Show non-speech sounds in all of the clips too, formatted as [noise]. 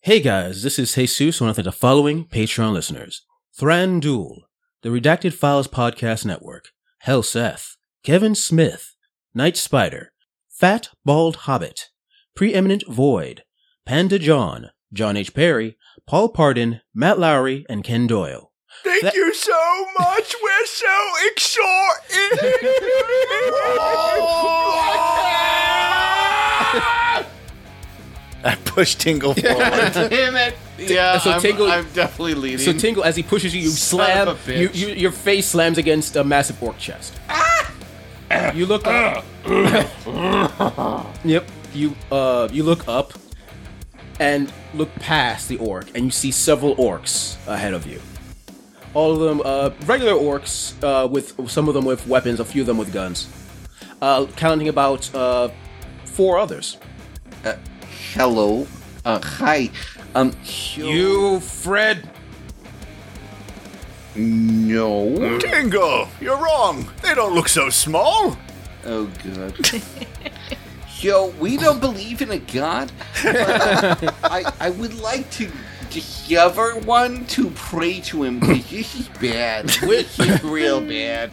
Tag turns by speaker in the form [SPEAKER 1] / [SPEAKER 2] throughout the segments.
[SPEAKER 1] Hey guys, this is Jesus. I want to thank the following Patreon listeners Thran Duel, the Redacted Files Podcast Network, Hell Seth, Kevin Smith, Night Spider, Fat Bald Hobbit, Preeminent Void, Panda John, John H. Perry, Paul Pardon, Matt Lowry, and Ken Doyle.
[SPEAKER 2] Thank
[SPEAKER 1] That-
[SPEAKER 2] you so much. We're so excited.
[SPEAKER 3] I push
[SPEAKER 2] [laughs]
[SPEAKER 3] Tingle forward.
[SPEAKER 4] Damn it! Yeah,
[SPEAKER 1] so
[SPEAKER 4] I'm,
[SPEAKER 1] Tingle-
[SPEAKER 4] I'm definitely
[SPEAKER 1] So
[SPEAKER 4] leading.
[SPEAKER 1] Tingle, as he pushes you, you
[SPEAKER 4] Son
[SPEAKER 1] slam.
[SPEAKER 4] of a
[SPEAKER 1] You,
[SPEAKER 4] bitch. Ah!
[SPEAKER 1] you, your face slams against a massive orc chest. You look
[SPEAKER 4] [coughs]
[SPEAKER 1] up. yep. You uh you look up and look past the orc, and you see several orcs ahead of you. All of them uh, regular orcs, uh, with some of them with weapons, a few of them with guns. Uh, counting about uh, four others.
[SPEAKER 4] Hello, uh, hi. Um,
[SPEAKER 1] You, Fred.
[SPEAKER 4] no.
[SPEAKER 2] Dingle, you're wrong. They don't look so small.
[SPEAKER 4] Oh, [laughs] good. Yo, we don't believe in a god. But I I would like to discover one to pray to him. 'cause This is bad. This is real bad.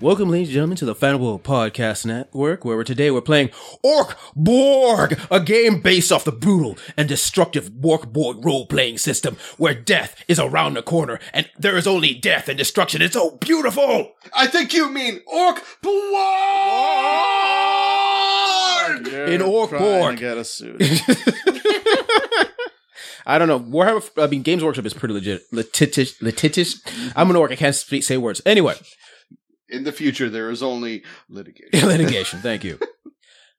[SPEAKER 1] Welcome, ladies and gentlemen, to the Fanable Podcast Network, where we're- today we're playing Orc Borg, a game based off the brutal and destructive Orc Borg role-playing system, where death is around the corner, and there is only death and destruction. It's so beautiful!
[SPEAKER 4] I think you mean orc blood.
[SPEAKER 1] In Orc Borg.
[SPEAKER 3] get a suit.
[SPEAKER 1] I don't know. Warhammer, I mean, Games Workshop is pretty legit. Litigious. litigious. I'm an orc. I can't speak, say words. Anyway, [laughs]
[SPEAKER 4] In the future, there is only litigation.
[SPEAKER 1] litigation. Thank you.
[SPEAKER 2] [laughs]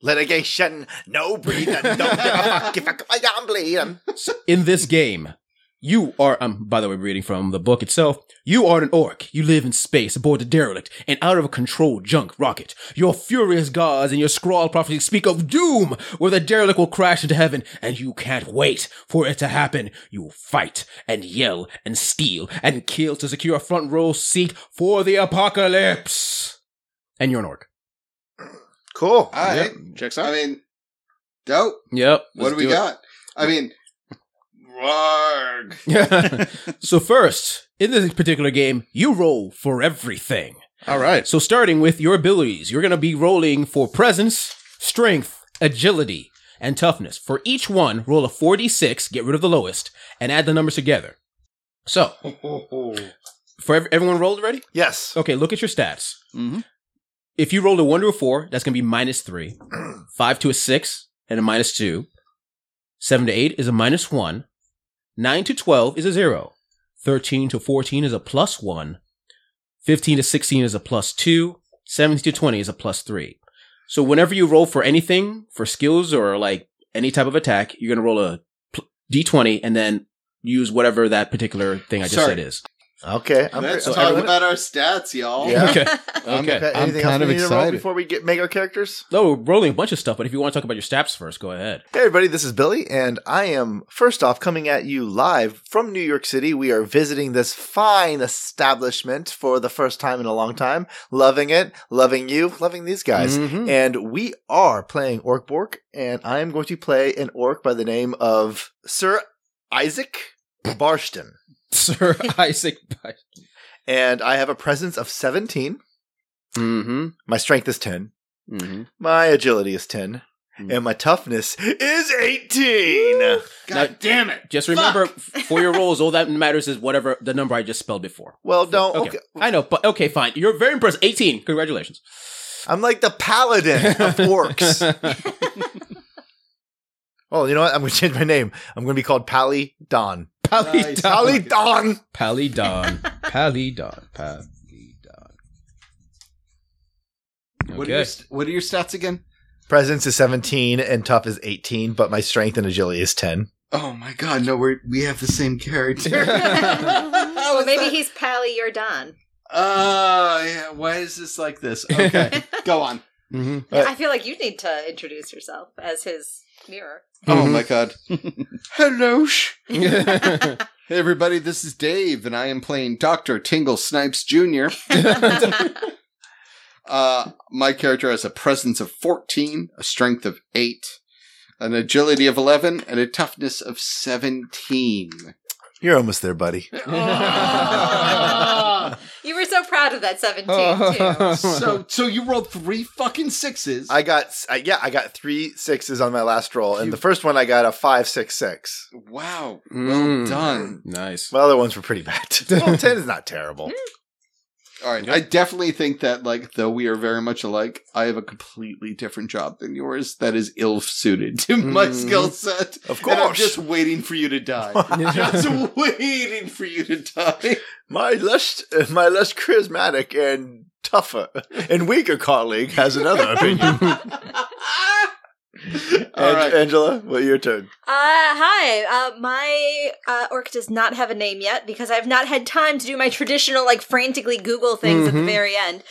[SPEAKER 2] Litigation, no breathing, don't give a fuck if I, I don't bleed 'em.
[SPEAKER 1] in this game, you are, um, by the way, reading from the book itself, you are an orc. You live in space aboard a derelict and out of a controlled junk rocket. Your furious gods and your scrawl prophecies speak of doom, where the derelict will crash into heaven, and you can't wait for it to happen. You fight and yell and steal and kill to secure a front row seat for the apocalypse. And you're an orc.
[SPEAKER 2] Cool.
[SPEAKER 5] All right.
[SPEAKER 3] Checks
[SPEAKER 5] I
[SPEAKER 3] out.
[SPEAKER 5] mean, dope.
[SPEAKER 1] Yep.
[SPEAKER 5] What do we got? I mean,
[SPEAKER 4] [laughs]
[SPEAKER 5] Rarg.
[SPEAKER 1] [laughs] so first, in this particular game, you roll for everything.
[SPEAKER 3] All
[SPEAKER 5] [laughs]
[SPEAKER 3] right.
[SPEAKER 1] So starting with your abilities, you're going to be rolling for presence, strength, agility, and toughness. For each one, roll a 46, get rid of the lowest, and add the numbers together. So,
[SPEAKER 4] Mm-hmm.
[SPEAKER 1] for ev- everyone rolled already?
[SPEAKER 2] Yes.
[SPEAKER 1] Okay, look at your stats.
[SPEAKER 3] Mhm.
[SPEAKER 1] If you rolled a 1 to a 4, that's going to be minus 3. 5 to a 6, and a minus 2. 7 to 8 is a minus 1. 9 to 12 is a 0. 13 to 14 is a plus 1. 15 to 16 is a plus 2. 17 to 20 is a plus 3. So whenever you roll for anything, for skills or like any type of attack, you're going to roll a pl- d20 and then use whatever that particular thing I just
[SPEAKER 4] Sorry.
[SPEAKER 1] said is.
[SPEAKER 2] Okay. I'm
[SPEAKER 5] Let's
[SPEAKER 2] pretty-
[SPEAKER 5] talk
[SPEAKER 2] everyone-
[SPEAKER 5] about our stats, y'all.
[SPEAKER 2] Yeah.
[SPEAKER 1] [laughs]
[SPEAKER 5] [laughs]
[SPEAKER 1] Okay.
[SPEAKER 2] I'm
[SPEAKER 1] Okay.
[SPEAKER 2] okay. Anything else
[SPEAKER 6] kind
[SPEAKER 2] we
[SPEAKER 6] of
[SPEAKER 2] need to roll
[SPEAKER 6] excited.
[SPEAKER 2] before we get make our characters?
[SPEAKER 1] No, we're rolling a bunch of stuff, but if you want to talk about your stats first, go ahead.
[SPEAKER 2] Hey everybody, this is Billy, and I am first off coming at you live from New York City. We are visiting this fine establishment for the first time in a long time. Loving it, loving you, loving these guys.
[SPEAKER 1] Mhm.
[SPEAKER 2] And we are playing Orc Bork, and I am going to play an orc by the name of Sir Isaac Barston.
[SPEAKER 1] [laughs] Sir Isaac.
[SPEAKER 2] And I have a presence of 17.
[SPEAKER 1] Mm-hmm.
[SPEAKER 2] My strength is 10.
[SPEAKER 1] Mm-hmm.
[SPEAKER 2] My agility is 10.
[SPEAKER 1] Mm.
[SPEAKER 2] And my toughness is 18.
[SPEAKER 4] God
[SPEAKER 1] Now-
[SPEAKER 4] damn it!
[SPEAKER 1] Just remember, [laughs] for your rolls, all that matters is whatever the number I just spelled before.
[SPEAKER 2] Well, don't.
[SPEAKER 1] Okay.
[SPEAKER 2] Oh, okay.
[SPEAKER 1] I know, but okay, fine. You're very impressed. 18. Congratulations.
[SPEAKER 2] I'm like the
[SPEAKER 1] [laughs]
[SPEAKER 2] paladin of orcs. oh, you know what? I'm going to change my name. I'm going to be called Pally Don.
[SPEAKER 1] Palidon.
[SPEAKER 2] Pally Don.
[SPEAKER 1] Palidon. Palidon. Palidon.
[SPEAKER 4] What, are your,
[SPEAKER 1] Okay.
[SPEAKER 4] st- what are your stats again?
[SPEAKER 2] Presence is 17 and tough is 18, but my strength and agility is 10.
[SPEAKER 4] Oh my god, no, we we have the same
[SPEAKER 5] [laughs]
[SPEAKER 4] character. [laughs] How
[SPEAKER 7] well,
[SPEAKER 4] is
[SPEAKER 7] maybe
[SPEAKER 4] that-
[SPEAKER 7] he's Pally, you're Don.
[SPEAKER 4] Uh, yeah, why is this like this? Okay, go on.
[SPEAKER 1] Mm-hmm.
[SPEAKER 7] [laughs]
[SPEAKER 2] Right.
[SPEAKER 7] I feel like you need to introduce yourself as his mirror.
[SPEAKER 4] Oh
[SPEAKER 1] Mhm.
[SPEAKER 4] my god. Hello, sh-
[SPEAKER 1] Dr.
[SPEAKER 4] Hey everybody, this is Dave, and I am playing Dr. Tingle Snipes Jr. Uh, my character has a presence of 14, a strength of 8,
[SPEAKER 5] an agility of 11, and a toughness
[SPEAKER 2] [laughs]
[SPEAKER 5] of 17.
[SPEAKER 2] You're almost there, buddy. Oh.
[SPEAKER 1] [laughs]
[SPEAKER 7] You were so proud of that 17, too.
[SPEAKER 5] so, so you rolled three fucking sixes.
[SPEAKER 2] I got s- I, yeah, I got three sixes on my last roll, and the first one I got a five six six.
[SPEAKER 5] wow. Well
[SPEAKER 2] Hmm.
[SPEAKER 1] Mm.
[SPEAKER 5] done.
[SPEAKER 1] Nice.
[SPEAKER 2] My other ones were pretty bad. well, ten is not terrible.
[SPEAKER 5] All right. I definitely think that, like, though we are very much alike, I have a completely different job than yours that is ill suited to my
[SPEAKER 1] Mm.
[SPEAKER 5] skill set.
[SPEAKER 2] Hmm. Of
[SPEAKER 5] And I'm
[SPEAKER 2] course,
[SPEAKER 5] just waiting for you
[SPEAKER 2] [laughs]
[SPEAKER 5] to die. just waiting for you to die.
[SPEAKER 2] my less uh, my less charismatic and tougher and weaker colleague has another opinion.
[SPEAKER 5] All
[SPEAKER 2] Ang-
[SPEAKER 5] right.
[SPEAKER 2] Angela, well, your turn.
[SPEAKER 7] Uh, hi. Uh, my uh, orc does not have a name yet because I've not had time to do my traditional, like, frantically Google things at
[SPEAKER 1] Mhm.
[SPEAKER 7] the very end.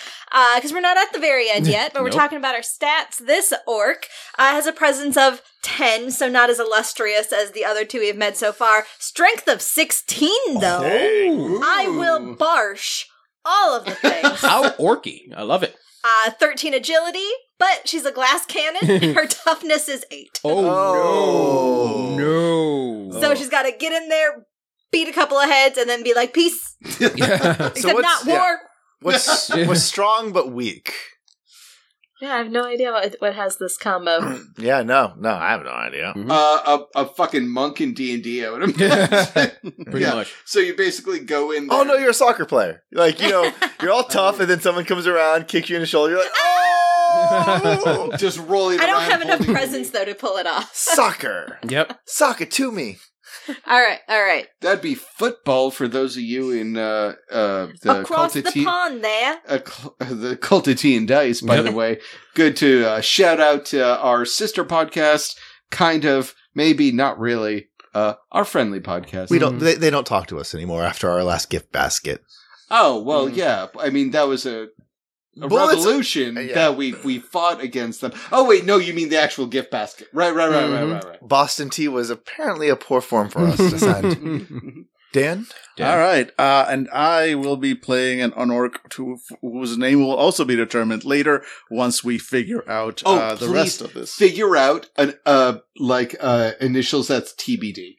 [SPEAKER 7] Because we're not at the very end yet, but we're
[SPEAKER 1] Nope.
[SPEAKER 7] talking about our stats. This orc uh, has a presence of 10, so not as illustrious as the other two we've met so far. Strength of 16, though. I will barsh all of the things.
[SPEAKER 1] How orky. I love it.
[SPEAKER 7] uh, 13 agility, but she's a glass cannon. Her toughness is 8.
[SPEAKER 2] Oh.
[SPEAKER 1] Oh, no.
[SPEAKER 7] So she's got to get in there, beat a couple of heads, and then be like, peace.
[SPEAKER 1] Yeah.
[SPEAKER 7] Except
[SPEAKER 2] what's-
[SPEAKER 7] not war.
[SPEAKER 2] yeah.
[SPEAKER 3] [laughs]
[SPEAKER 2] What's was strong but weak.
[SPEAKER 7] Yeah, I have no idea what, what has this
[SPEAKER 2] [clears throat]
[SPEAKER 7] combo.
[SPEAKER 2] Yeah, no, no, I have no idea.
[SPEAKER 5] Uh, a, a fucking monk in D and
[SPEAKER 2] [laughs]
[SPEAKER 5] D. I would imagine.
[SPEAKER 1] [laughs] Pretty
[SPEAKER 5] Yeah.
[SPEAKER 1] much.
[SPEAKER 5] So you basically go in. There.
[SPEAKER 2] Oh no, you're a soccer player. Like you
[SPEAKER 3] [laughs]
[SPEAKER 2] know, you're all tough, and then someone comes around, kicks you in the shoulder. You're like,
[SPEAKER 3] [laughs]
[SPEAKER 2] oh,
[SPEAKER 5] [laughs] just rolling.
[SPEAKER 7] I don't
[SPEAKER 5] around
[SPEAKER 7] have enough
[SPEAKER 5] holding-
[SPEAKER 7] presence, though, to pull it off.
[SPEAKER 2] soccer,
[SPEAKER 1] Yep.
[SPEAKER 2] soccer to me.
[SPEAKER 7] [laughs] All right, all right.
[SPEAKER 5] That'd be football for those of you in uh, uh, the
[SPEAKER 7] Across
[SPEAKER 5] cult of
[SPEAKER 7] the
[SPEAKER 5] tea-
[SPEAKER 7] pond
[SPEAKER 5] [laughs]
[SPEAKER 7] there.
[SPEAKER 5] uh, cl- uh, the cult of tea and dice. By
[SPEAKER 1] Yep.
[SPEAKER 5] the way, good to uh, shout out uh, our sister podcast, kind of, maybe not really, uh, our friendly podcast.
[SPEAKER 2] We don't. They, they don't talk to us anymore after our last gift basket.
[SPEAKER 5] Oh well,
[SPEAKER 1] Mm.
[SPEAKER 5] yeah. I mean, that was a, a
[SPEAKER 2] Bullets-
[SPEAKER 5] revolution
[SPEAKER 2] Yeah.
[SPEAKER 5] that we we fought against them. Oh wait, no, you mean the actual gift basket? Right, right, right,
[SPEAKER 1] Mhm.
[SPEAKER 5] right, right,
[SPEAKER 2] Boston tea was apparently a poor form for us to
[SPEAKER 3] [laughs]
[SPEAKER 2] send.
[SPEAKER 1] [laughs]
[SPEAKER 2] Dan,
[SPEAKER 1] Yeah.
[SPEAKER 3] All right. Uh, and I will be playing an unorc to, whose name will also be determined later once we figure out
[SPEAKER 5] Oh,
[SPEAKER 3] uh, the
[SPEAKER 5] please
[SPEAKER 3] rest of
[SPEAKER 5] right.
[SPEAKER 3] this.
[SPEAKER 5] Figure out an uh like uh initials that's TBD.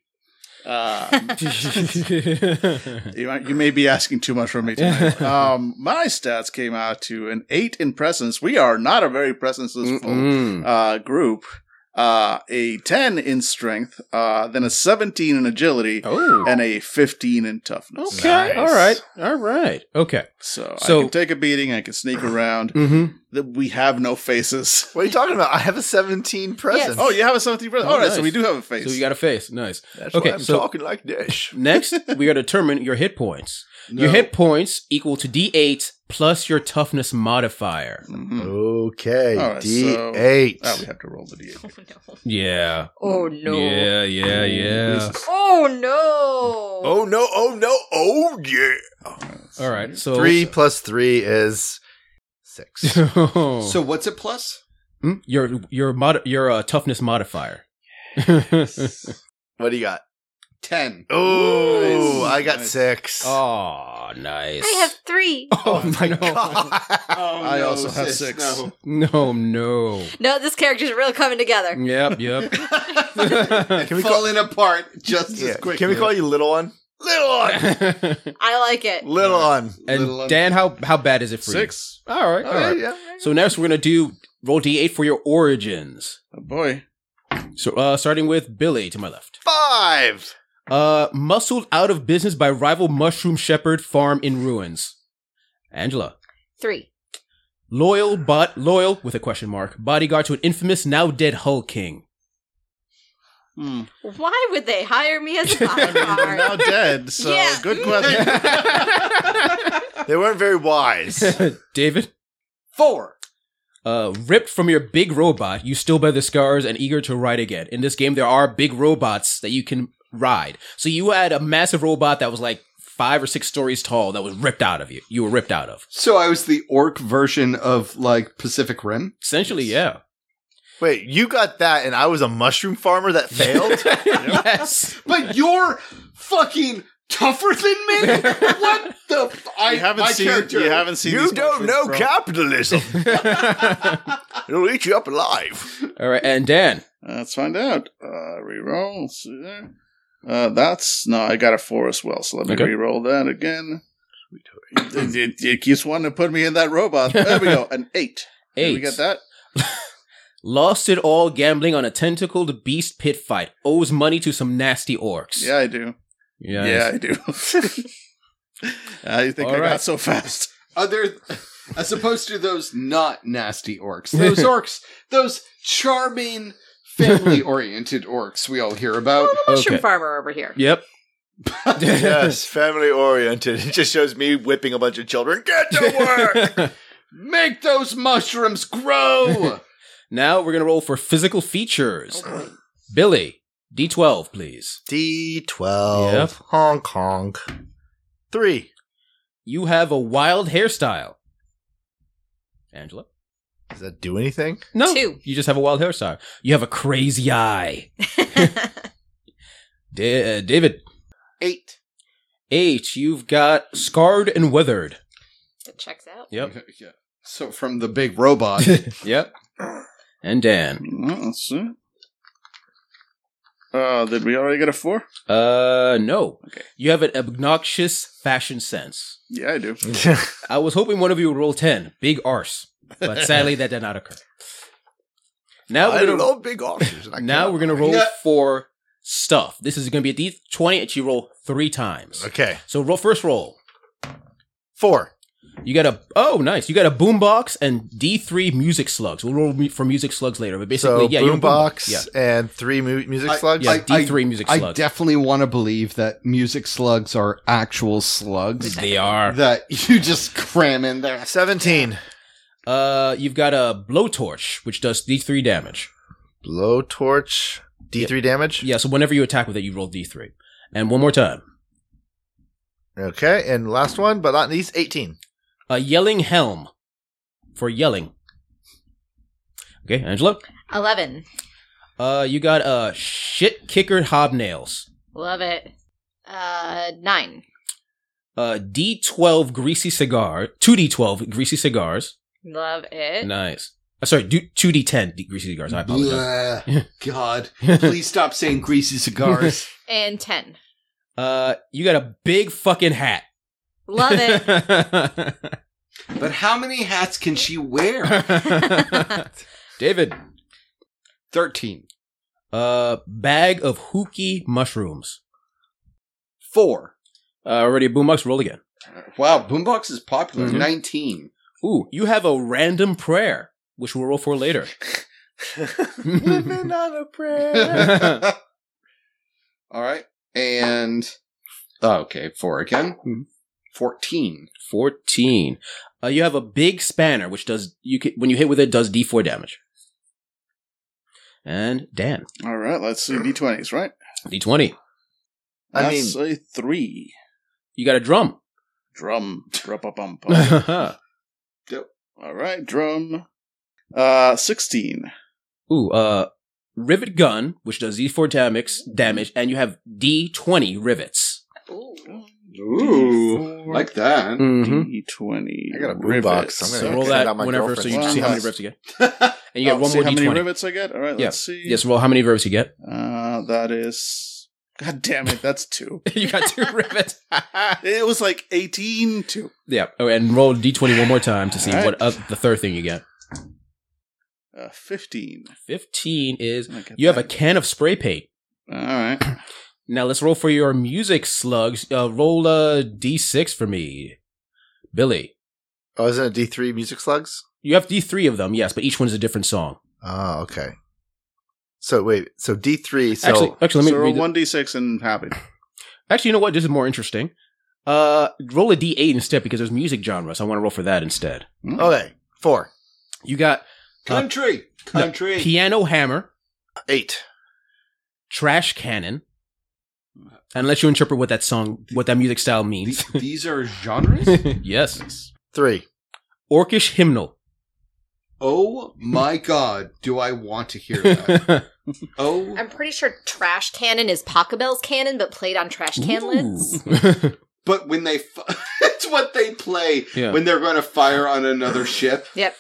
[SPEAKER 3] Um,
[SPEAKER 2] [laughs]
[SPEAKER 3] [laughs] you, might- you may be asking too much from
[SPEAKER 1] [laughs]
[SPEAKER 3] me tonight. um, my stats came out to an eight in presence. We are not a very presenceful
[SPEAKER 1] Mm.
[SPEAKER 3] uh, group. Uh, a 10 in strength, uh, then a 17 in agility,
[SPEAKER 1] Oh.
[SPEAKER 3] and a 15 in toughness.
[SPEAKER 1] okay. All right. All right. Okay.
[SPEAKER 3] So,
[SPEAKER 1] So-
[SPEAKER 3] I can take a beating, I can sneak
[SPEAKER 1] [laughs]
[SPEAKER 3] around.
[SPEAKER 1] Mm-hmm.
[SPEAKER 3] That We have no faces.
[SPEAKER 2] what are you talking about? I have a 17 present.
[SPEAKER 3] Oh, you have a 17 present?
[SPEAKER 1] Oh,
[SPEAKER 3] All right,
[SPEAKER 1] nice.
[SPEAKER 3] so we do have a face.
[SPEAKER 1] So you got a face. Nice.
[SPEAKER 2] That's
[SPEAKER 1] okay,
[SPEAKER 2] why I'm
[SPEAKER 1] so-
[SPEAKER 2] talking like this. [laughs]
[SPEAKER 1] Next, we are determine your hit points.
[SPEAKER 5] No.
[SPEAKER 1] Your hit points equal to D8 plus your toughness modifier.
[SPEAKER 3] Mhm.
[SPEAKER 2] Okay,
[SPEAKER 3] All right, so-
[SPEAKER 2] D8.
[SPEAKER 3] Oh, we have to roll the d8.
[SPEAKER 1] Yeah.
[SPEAKER 7] Oh, no.
[SPEAKER 1] Yeah, yeah, yeah.
[SPEAKER 7] Oh, no.
[SPEAKER 2] oh no! Oh no! Oh yeah!
[SPEAKER 1] All right.
[SPEAKER 3] [laughs]
[SPEAKER 1] So
[SPEAKER 5] Oh,
[SPEAKER 1] [laughs]
[SPEAKER 2] Three plus three is
[SPEAKER 5] [laughs]
[SPEAKER 2] six.
[SPEAKER 1] Oh.
[SPEAKER 5] So what's it plus?
[SPEAKER 1] Hmm? your your mod your uh, toughness modifier. [laughs]
[SPEAKER 2] what do you got?
[SPEAKER 5] Ten.
[SPEAKER 2] Oh,
[SPEAKER 3] Nice.
[SPEAKER 2] I got
[SPEAKER 3] Nice.
[SPEAKER 2] six. [laughs]
[SPEAKER 1] oh, nice.
[SPEAKER 7] I have three.
[SPEAKER 1] [laughs] Oh my god.
[SPEAKER 5] Oh,
[SPEAKER 3] I also have six.
[SPEAKER 1] No, no.
[SPEAKER 7] No, this character's really coming together.
[SPEAKER 1] Yep, yep.
[SPEAKER 2] Can
[SPEAKER 5] [laughs]
[SPEAKER 2] we call,
[SPEAKER 5] Falling apart
[SPEAKER 2] [laughs]
[SPEAKER 5] just
[SPEAKER 2] yeah,
[SPEAKER 5] as quick.
[SPEAKER 2] can we call you little one? Little one.
[SPEAKER 5] [laughs]
[SPEAKER 1] Mm.
[SPEAKER 7] I like it.
[SPEAKER 2] little one.
[SPEAKER 5] Little-
[SPEAKER 1] [laughs] and Dan, how how bad is it for
[SPEAKER 3] Six.
[SPEAKER 1] you? All right. All right. So next we're gonna do roll d8 for your origins.
[SPEAKER 3] Oh, boy.
[SPEAKER 1] So uh starting with Billy to my left.
[SPEAKER 2] Five.
[SPEAKER 1] Uh muscled out of business by rival mushroom shepherd farm in ruins. Angela.
[SPEAKER 7] Three.
[SPEAKER 1] Loyal but loyal with a question mark. Bodyguard to an infamous now dead Hull King.
[SPEAKER 7] Why would they hire me
[SPEAKER 2] [laughs]
[SPEAKER 7] as a
[SPEAKER 3] They're now
[SPEAKER 7] bodyguard?
[SPEAKER 3] dead, so
[SPEAKER 7] Yeah.
[SPEAKER 3] good question.
[SPEAKER 2] They weren't very wise.
[SPEAKER 5] [laughs]
[SPEAKER 1] David?
[SPEAKER 5] Four.
[SPEAKER 1] Uh, ripped from your big robot, you still bear the scars and eager to ride again. In this game, there are big robots that you can ride. So you had a massive robot that was like five or six stories tall that was ripped out of you. You were ripped out of.
[SPEAKER 5] So I was the orc version of like Pacific Rim.
[SPEAKER 1] Essentially, yeah.
[SPEAKER 2] Wait, you got that, and I was a mushroom farmer
[SPEAKER 5] [laughs]
[SPEAKER 2] that failed.
[SPEAKER 1] [laughs] yes.
[SPEAKER 5] But you're fucking tougher than me. what the? F- I
[SPEAKER 3] you haven't
[SPEAKER 5] my
[SPEAKER 3] seen.
[SPEAKER 5] character.
[SPEAKER 3] You haven't seen. these mushrooms, bro.
[SPEAKER 2] [laughs] capitalism. It'll eat you up alive.
[SPEAKER 1] All right, and Dan.
[SPEAKER 3] Uh, let's find out. Uh, reroll. Let's see there. Uh, that's no. I got a four as well, so let me
[SPEAKER 1] Okay.
[SPEAKER 3] reroll that again. It, it- it keeps wanting to put me in
[SPEAKER 1] [laughs]
[SPEAKER 3] that robot. There we go. An eight. Did
[SPEAKER 1] Eight.
[SPEAKER 3] we get that.
[SPEAKER 1] Lost it all gambling on a tentacled beast pit fight. Owes money to some nasty orcs.
[SPEAKER 3] Yeah, I do.
[SPEAKER 1] Yes.
[SPEAKER 3] Yeah, I do. [laughs] I think
[SPEAKER 1] All
[SPEAKER 3] I
[SPEAKER 1] right.
[SPEAKER 3] got so fast.
[SPEAKER 5] Other, as opposed to those not nasty
[SPEAKER 1] [laughs]
[SPEAKER 5] orcs, those orcs, those charming, family-oriented orcs we all hear about.
[SPEAKER 7] Little mushroom
[SPEAKER 1] Okay.
[SPEAKER 7] farmer over here.
[SPEAKER 1] Yep.
[SPEAKER 5] [laughs]
[SPEAKER 2] yes, family oriented. It just shows me whipping a bunch of children. Get to [laughs] work.
[SPEAKER 5] Make those mushrooms grow.
[SPEAKER 1] [laughs] now we're gonna roll for physical features. Billy, D12, please.
[SPEAKER 2] D twelve.
[SPEAKER 1] Yep.
[SPEAKER 2] Hong Kong. Three.
[SPEAKER 1] You have a wild hairstyle. Angela?
[SPEAKER 2] Does that do anything?
[SPEAKER 1] [laughs] No.
[SPEAKER 7] Two.
[SPEAKER 1] You just have a wild hairstyle. You have a crazy eye. Da- uh, David,
[SPEAKER 5] Eight.
[SPEAKER 1] H, you've got scarred and weathered.
[SPEAKER 7] it checks out.
[SPEAKER 1] Yep.
[SPEAKER 5] Yeah. So from the big robot.
[SPEAKER 1] yep. And Dan.
[SPEAKER 3] Mm, Let's see. Uh, did we already get a four?
[SPEAKER 1] Uh, no.
[SPEAKER 3] Okay.
[SPEAKER 1] You have an obnoxious fashion sense.
[SPEAKER 3] Yeah, I do.
[SPEAKER 1] I was hoping one of you would roll 10, big arse,
[SPEAKER 2] [laughs]
[SPEAKER 1] but sadly that did not occur. Now
[SPEAKER 2] I
[SPEAKER 1] we're gonna,
[SPEAKER 2] love big officers. and I
[SPEAKER 1] now
[SPEAKER 2] cannot-
[SPEAKER 1] we're gonna roll
[SPEAKER 5] Yeah.
[SPEAKER 1] for stuff. This is gonna be a d20 and you roll three times.
[SPEAKER 2] Okay.
[SPEAKER 1] So roll first roll.
[SPEAKER 2] Four.
[SPEAKER 1] You got a oh nice. You got a boombox and D three music slugs. We'll roll mu- for music slugs later, but basically
[SPEAKER 2] so
[SPEAKER 1] yeah, you're a
[SPEAKER 2] boombox
[SPEAKER 1] Yeah,
[SPEAKER 2] and three mu- music
[SPEAKER 5] I-
[SPEAKER 2] slugs.
[SPEAKER 1] yeah
[SPEAKER 5] I-
[SPEAKER 1] D three music
[SPEAKER 5] I
[SPEAKER 1] slugs.
[SPEAKER 5] definitely want to believe that music slugs are actual slugs
[SPEAKER 1] they are.
[SPEAKER 5] that you just cram in there.
[SPEAKER 2] Seventeen.
[SPEAKER 1] Uh, you've got a blowtorch which does D three damage.
[SPEAKER 2] Blowtorch. D three damage.
[SPEAKER 1] Yeah, so whenever you attack with it, you roll D three, and one more time.
[SPEAKER 2] Okay, and last one, but not least, eighteen.
[SPEAKER 1] A yelling helm for yelling. Okay, Angela.
[SPEAKER 7] Eleven.
[SPEAKER 1] Uh, you got uh shit kicker hobnails.
[SPEAKER 7] Love it. Uh, nine.
[SPEAKER 1] Uh, D twelve greasy cigar. Two D twelve greasy cigars.
[SPEAKER 7] Love it.
[SPEAKER 1] Nice. Uh, sorry, do two D ten greasy cigars. I apologize. [laughs]
[SPEAKER 5] Bleh. God, please stop saying greasy cigars.
[SPEAKER 7] And ten.
[SPEAKER 1] uh, you got a big fucking hat.
[SPEAKER 7] Love
[SPEAKER 1] [laughs]
[SPEAKER 7] it.
[SPEAKER 5] but how many hats can she wear?
[SPEAKER 1] [laughs] David,
[SPEAKER 5] 13.
[SPEAKER 1] uh, bag of hooky mushrooms.
[SPEAKER 5] 4.
[SPEAKER 1] Uh, already a boombox roll again.
[SPEAKER 5] Wow, Boombox is popular.
[SPEAKER 1] Mhm.
[SPEAKER 5] [laughs] 19.
[SPEAKER 1] Ooh, you have a random prayer, which we'll roll for later. [laughs]
[SPEAKER 2] Living on a prayer.
[SPEAKER 5] All right. And, oh, okay, 4 again. 14.
[SPEAKER 1] Fourteen. Uh, you have a big spanner, which does you can, when you hit with it does D four damage. And Dan,
[SPEAKER 3] All right, let's see d20s, right?
[SPEAKER 1] D twenty.
[SPEAKER 2] I mean-
[SPEAKER 3] That's a three.
[SPEAKER 1] You got a drum.
[SPEAKER 3] Drum. Drum-pa-pum-pum.
[SPEAKER 1] [laughs] Ooh,
[SPEAKER 3] All right, drum. Uh, 16.
[SPEAKER 1] uh, rivet gun, which does D four damage, damage, and you have D twenty rivets.
[SPEAKER 7] Ooh.
[SPEAKER 5] Ooh,
[SPEAKER 3] D4,
[SPEAKER 5] like that.
[SPEAKER 1] Mm-hmm.
[SPEAKER 3] D20.
[SPEAKER 2] I got a boom
[SPEAKER 3] rivets.
[SPEAKER 2] box. I'm
[SPEAKER 1] So
[SPEAKER 2] gonna
[SPEAKER 1] roll
[SPEAKER 2] send
[SPEAKER 1] that
[SPEAKER 2] out my
[SPEAKER 1] whenever, so you
[SPEAKER 3] girlfriend's
[SPEAKER 1] see how many
[SPEAKER 3] phone.
[SPEAKER 1] rivets you get, and
[SPEAKER 3] [laughs] Oh,
[SPEAKER 1] you get one
[SPEAKER 3] see
[SPEAKER 1] more
[SPEAKER 3] how
[SPEAKER 1] D
[SPEAKER 3] many
[SPEAKER 1] twenty.
[SPEAKER 3] rivets I get? All right,
[SPEAKER 1] Yeah.
[SPEAKER 3] let's see.
[SPEAKER 1] Yes, roll how many rivets you
[SPEAKER 3] [laughs]
[SPEAKER 1] get. [laughs]
[SPEAKER 3] Uh, that is. God damn it,
[SPEAKER 1] [laughs]
[SPEAKER 3] that's two.
[SPEAKER 1] you got two rivets.
[SPEAKER 3] it was like 18 two.
[SPEAKER 1] Yeah, oh, and roll D twenty one more time to see
[SPEAKER 3] All
[SPEAKER 1] what uh, the third thing you get.
[SPEAKER 3] Uh, 15.
[SPEAKER 1] Fifteen is
[SPEAKER 3] I get
[SPEAKER 1] you have a
[SPEAKER 3] that.
[SPEAKER 1] can of spray paint.
[SPEAKER 3] All right.
[SPEAKER 1] Now let's roll for your music slugs. Uh, roll a D six for me, Billy.
[SPEAKER 2] Oh, isn't it D three music slugs?
[SPEAKER 1] You have D three of them, yes, but each one's a different song.
[SPEAKER 2] Oh, okay. So wait, so D three. So
[SPEAKER 1] actually, actually, let me
[SPEAKER 3] so roll
[SPEAKER 1] read the-
[SPEAKER 3] 1d6 and happy.
[SPEAKER 1] Actually, you know what? This is more interesting. Uh, roll a D eight instead because there's music genres. I want to roll for that instead.
[SPEAKER 2] okay, four,
[SPEAKER 1] You got
[SPEAKER 5] Country.
[SPEAKER 1] no,
[SPEAKER 5] Country.
[SPEAKER 1] piano hammer,
[SPEAKER 2] eight.
[SPEAKER 1] trash cannon. Unless you interpret what that song, what that music style means.
[SPEAKER 3] [laughs]
[SPEAKER 5] These, these are
[SPEAKER 1] [laughs]
[SPEAKER 5] genres?
[SPEAKER 1] yes,
[SPEAKER 2] Three.
[SPEAKER 1] orcish hymnal.
[SPEAKER 5] oh my god, do I want to hear
[SPEAKER 1] [laughs]
[SPEAKER 5] that? Oh,
[SPEAKER 7] I'm pretty sure trash cannon is Pachelbel's cannon, but played on trash
[SPEAKER 1] [laughs]
[SPEAKER 7] can lids.
[SPEAKER 1] Ooh.
[SPEAKER 5] but when they. F- [laughs] it's what they play
[SPEAKER 1] Yeah.
[SPEAKER 5] when they're going to fire on another ship.
[SPEAKER 7] Yep.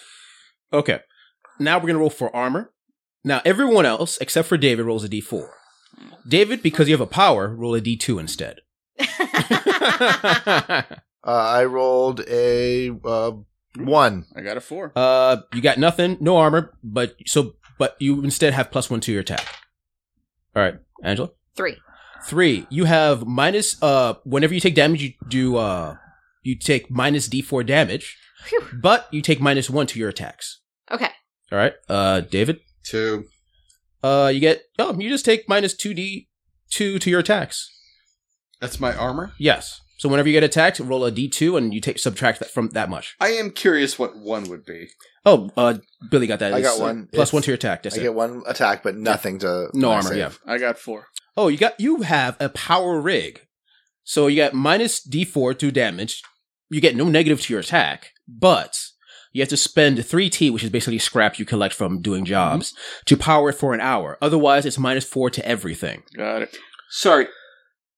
[SPEAKER 1] okay, now we're gonna roll for armor. Now, everyone else, except for David, rolls a d4. David, because you have a power, roll a d2 instead. [laughs]
[SPEAKER 2] Uh, I rolled a uh, one.
[SPEAKER 3] I got a four.
[SPEAKER 1] uh, you got nothing, no armor, but so but you instead have plus one to your attack. All right, Angela.
[SPEAKER 7] Three.
[SPEAKER 1] Three. You have minus uh whenever you take damage you do uh you take minus d4 damage,
[SPEAKER 7] Phew.
[SPEAKER 1] but you take minus one to your attacks.
[SPEAKER 7] Okay.
[SPEAKER 1] All right, uh, David.
[SPEAKER 5] Two.
[SPEAKER 1] Uh, you get oh, you just take minus two d two to your attacks.
[SPEAKER 5] That's my armor.
[SPEAKER 1] Yes. So whenever you get attacked, roll a d two and you take subtract that from that much.
[SPEAKER 5] I am curious what one would be.
[SPEAKER 1] Oh, uh, Billy got that.
[SPEAKER 2] I got
[SPEAKER 1] It's, uh,
[SPEAKER 2] one.
[SPEAKER 1] plus
[SPEAKER 2] It's-
[SPEAKER 1] one to your attack. That's
[SPEAKER 2] I
[SPEAKER 1] it.
[SPEAKER 2] get one attack, but nothing to
[SPEAKER 1] no
[SPEAKER 2] my
[SPEAKER 1] armor.
[SPEAKER 2] save.
[SPEAKER 1] Yeah.
[SPEAKER 3] I got four.
[SPEAKER 1] Oh, you got you have a power rig, so you got minus d four to damage. You get no negative to your attack, but you have to spend three T, which is basically scrap you collect from doing
[SPEAKER 2] Mm-hmm.
[SPEAKER 1] jobs, to power it for an hour. Otherwise, it's minus four to everything.
[SPEAKER 3] Got it.
[SPEAKER 4] Sorry,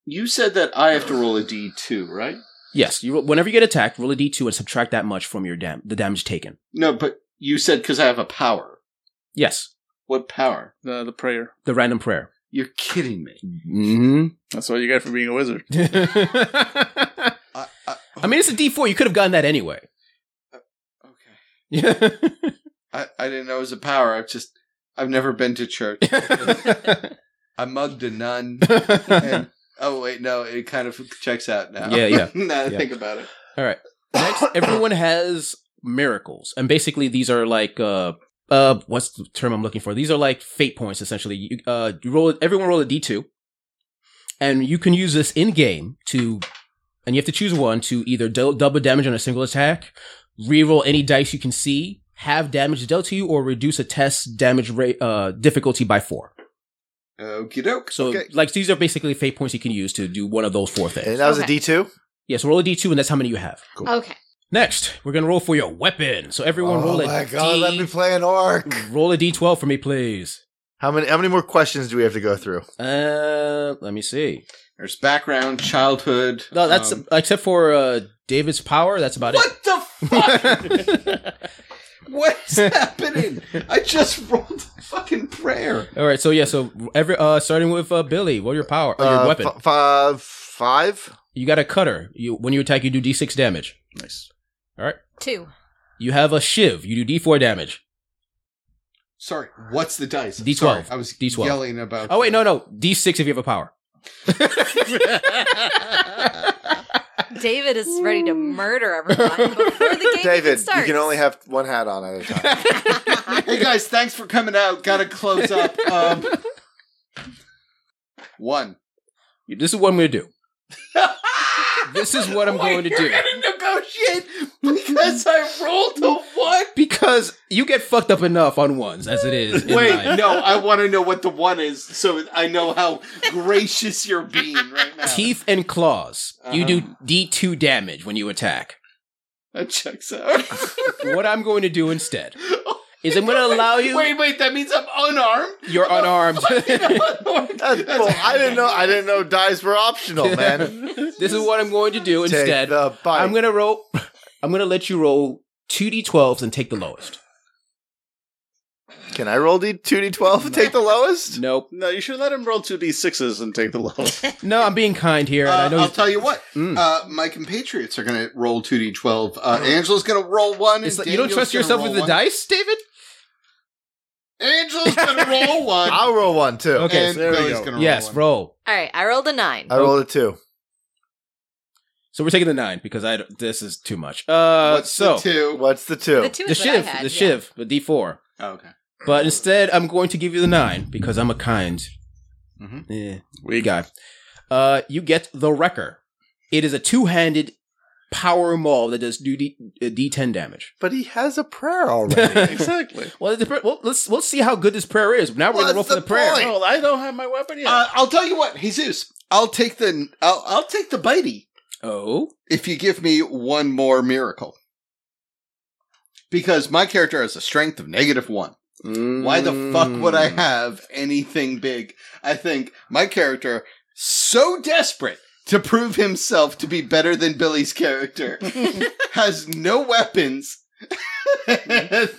[SPEAKER 4] you said that I have to roll a d2, right?
[SPEAKER 1] Yes, you, whenever you get attacked, roll a d2 and subtract that much from your dam- the damage taken.
[SPEAKER 4] No, but you said because I have a power.
[SPEAKER 1] Yes,
[SPEAKER 4] What power?
[SPEAKER 3] The the prayer.
[SPEAKER 1] the random prayer.
[SPEAKER 4] You're kidding me.
[SPEAKER 1] Mm-hmm.
[SPEAKER 3] That's what you get for being a wizard.
[SPEAKER 1] I
[SPEAKER 5] I, I,
[SPEAKER 1] mean, it's a d4. You could have gotten that anyway.
[SPEAKER 5] okay.
[SPEAKER 1] yeah,
[SPEAKER 5] I, I didn't know it was a power. I've just I've never been to church. I mugged a nun. And, oh wait, no, it kind of checks out now.
[SPEAKER 1] yeah.
[SPEAKER 5] [laughs] now that
[SPEAKER 1] Yeah.
[SPEAKER 5] I think about it.
[SPEAKER 2] [coughs]
[SPEAKER 1] Next, everyone has miracles, and basically these are like uh uh what's the term I'm looking for? These are like fate points essentially. You, uh, you roll everyone roll a d2, and you can use this in game to, and you have to choose one to either do- double damage on a single attack, reroll any dice you can see, have damage dealt to you, or reduce a test damage rate uh difficulty by four.
[SPEAKER 5] Okie doke.
[SPEAKER 1] So
[SPEAKER 2] Okay.
[SPEAKER 1] like these are basically fate points you can use to do one of those four things.
[SPEAKER 2] And that was a
[SPEAKER 7] Okay.
[SPEAKER 2] D two.
[SPEAKER 1] yeah, so roll a d2, and that's how many you have.
[SPEAKER 7] Okay.
[SPEAKER 1] Next, we're gonna roll for your weapon. So everyone, roll
[SPEAKER 2] oh
[SPEAKER 1] a
[SPEAKER 2] my god!
[SPEAKER 1] D-
[SPEAKER 2] Let me play an orc.
[SPEAKER 1] roll a d12 for me, please.
[SPEAKER 2] How many? How many more questions do we have to go through?
[SPEAKER 1] Uh, let me see.
[SPEAKER 5] There's background, childhood.
[SPEAKER 1] No, that's
[SPEAKER 5] um,
[SPEAKER 1] except for uh, David's power. That's about
[SPEAKER 5] what the
[SPEAKER 1] [laughs]
[SPEAKER 5] fuck?
[SPEAKER 1] it.
[SPEAKER 5] what is happening? I just rolled a fucking prayer.
[SPEAKER 1] All right, so yeah, so every uh, starting with uh, Billy, what are your power? Uh, your
[SPEAKER 2] Uh,
[SPEAKER 1] weapon?
[SPEAKER 2] f- five. Five.
[SPEAKER 1] you got a cutter. You when you attack, you do d6 damage.
[SPEAKER 3] Nice.
[SPEAKER 7] Two.
[SPEAKER 1] You have a shiv. You do d4 damage.
[SPEAKER 5] Sorry, what's the dice? I'm
[SPEAKER 1] D12.
[SPEAKER 5] sorry, I was
[SPEAKER 1] D12.
[SPEAKER 5] yelling about.
[SPEAKER 1] Oh wait, no, no, d6 if you have a power. [laughs]
[SPEAKER 7] David is ready to murder everyone before the game even
[SPEAKER 2] David,
[SPEAKER 7] starts.
[SPEAKER 2] you can only have one hat on at a time.
[SPEAKER 5] Hey guys, thanks for coming out. Gotta close [laughs] up. Um, one.
[SPEAKER 1] This is what I'm going to do. this is what I'm going to do.
[SPEAKER 5] negotiate because I rolled a one.
[SPEAKER 1] Because you get fucked up enough on ones as it is. in
[SPEAKER 5] Wait,
[SPEAKER 1] life.
[SPEAKER 5] no, I want to know what the one is so I know how gracious you're being right now.
[SPEAKER 1] Teeth and claws. You do
[SPEAKER 5] Uh-huh.
[SPEAKER 1] D2 damage when you attack.
[SPEAKER 5] That checks out.
[SPEAKER 1] What I'm going to do
[SPEAKER 5] [laughs]
[SPEAKER 1] instead is I'm going to allow you.
[SPEAKER 5] wait, wait, that means I'm unarmed. [laughs]
[SPEAKER 1] You're unarmed.
[SPEAKER 7] [laughs]
[SPEAKER 2] That's bull- I didn't know. I didn't know dice were optional, Oh, man.
[SPEAKER 1] [laughs] this is what I'm going to do
[SPEAKER 2] Take
[SPEAKER 1] instead.
[SPEAKER 2] the bite.
[SPEAKER 1] I'm going to roll. I'm going to let you roll 2d12s and take the lowest.
[SPEAKER 2] Can I roll d two d twelve and take the lowest?
[SPEAKER 1] Nope.
[SPEAKER 3] No, you should let him roll two d sixes and take
[SPEAKER 1] [laughs]
[SPEAKER 3] the lowest.
[SPEAKER 1] No, I'm being kind here. And
[SPEAKER 5] Uh,
[SPEAKER 1] I know
[SPEAKER 5] I'll
[SPEAKER 1] you-
[SPEAKER 5] tell you what.
[SPEAKER 1] Mm.
[SPEAKER 5] Uh, my compatriots are going to roll 2d12. Uh, Angela's going to roll one.
[SPEAKER 1] It's
[SPEAKER 5] and
[SPEAKER 1] like- you don't
[SPEAKER 5] Daniel's
[SPEAKER 1] trust
[SPEAKER 5] gonna
[SPEAKER 1] yourself
[SPEAKER 5] roll
[SPEAKER 1] with the
[SPEAKER 5] one.
[SPEAKER 1] dice, David?
[SPEAKER 5] Angela's going to
[SPEAKER 1] [laughs]
[SPEAKER 5] roll one.
[SPEAKER 2] I'll roll one too.
[SPEAKER 1] Okay,
[SPEAKER 5] and
[SPEAKER 1] so there we
[SPEAKER 5] Billy's
[SPEAKER 1] go.
[SPEAKER 5] gonna roll
[SPEAKER 1] Yes,
[SPEAKER 5] one.
[SPEAKER 1] roll.
[SPEAKER 7] All right. I rolled a nine.
[SPEAKER 2] I rolled a two.
[SPEAKER 1] So we're taking the nine because I don't- this is too much. Uh,
[SPEAKER 5] What's
[SPEAKER 1] so
[SPEAKER 5] the two?
[SPEAKER 2] What's the two?
[SPEAKER 7] the two
[SPEAKER 1] the
[SPEAKER 7] is
[SPEAKER 1] shiv,
[SPEAKER 7] what I had,
[SPEAKER 1] the
[SPEAKER 7] yeah.
[SPEAKER 1] shiv, the D4.
[SPEAKER 5] Oh, okay.
[SPEAKER 1] But instead, I'm going to give you the nine because I'm a kind
[SPEAKER 5] Mhm.
[SPEAKER 2] Mm-hmm.
[SPEAKER 1] eh,
[SPEAKER 3] We
[SPEAKER 1] guy. Uh, you get the Wrecker. It is a two handed power maul that does do D- uh, D10 damage.
[SPEAKER 2] But he has a
[SPEAKER 1] [laughs]
[SPEAKER 2] prayer already.
[SPEAKER 3] exactly.
[SPEAKER 1] Well, the, pra- well let's we'll see how good this prayer is. Now we're
[SPEAKER 5] What's
[SPEAKER 1] gonna roll for the,
[SPEAKER 5] the
[SPEAKER 1] prayer.
[SPEAKER 5] point?
[SPEAKER 3] Well, I don't have my weapon yet.
[SPEAKER 5] Uh, I'll tell you what, Jesus. I'll take the I'll, I'll take the bitey
[SPEAKER 1] Oh,
[SPEAKER 5] if you give me one more miracle. Because my character has a strength of negative one. Why the fuck would I have anything big? I think my character so desperate to prove himself to be better than Billy's
[SPEAKER 7] [laughs]
[SPEAKER 5] character has no weapons [laughs] and,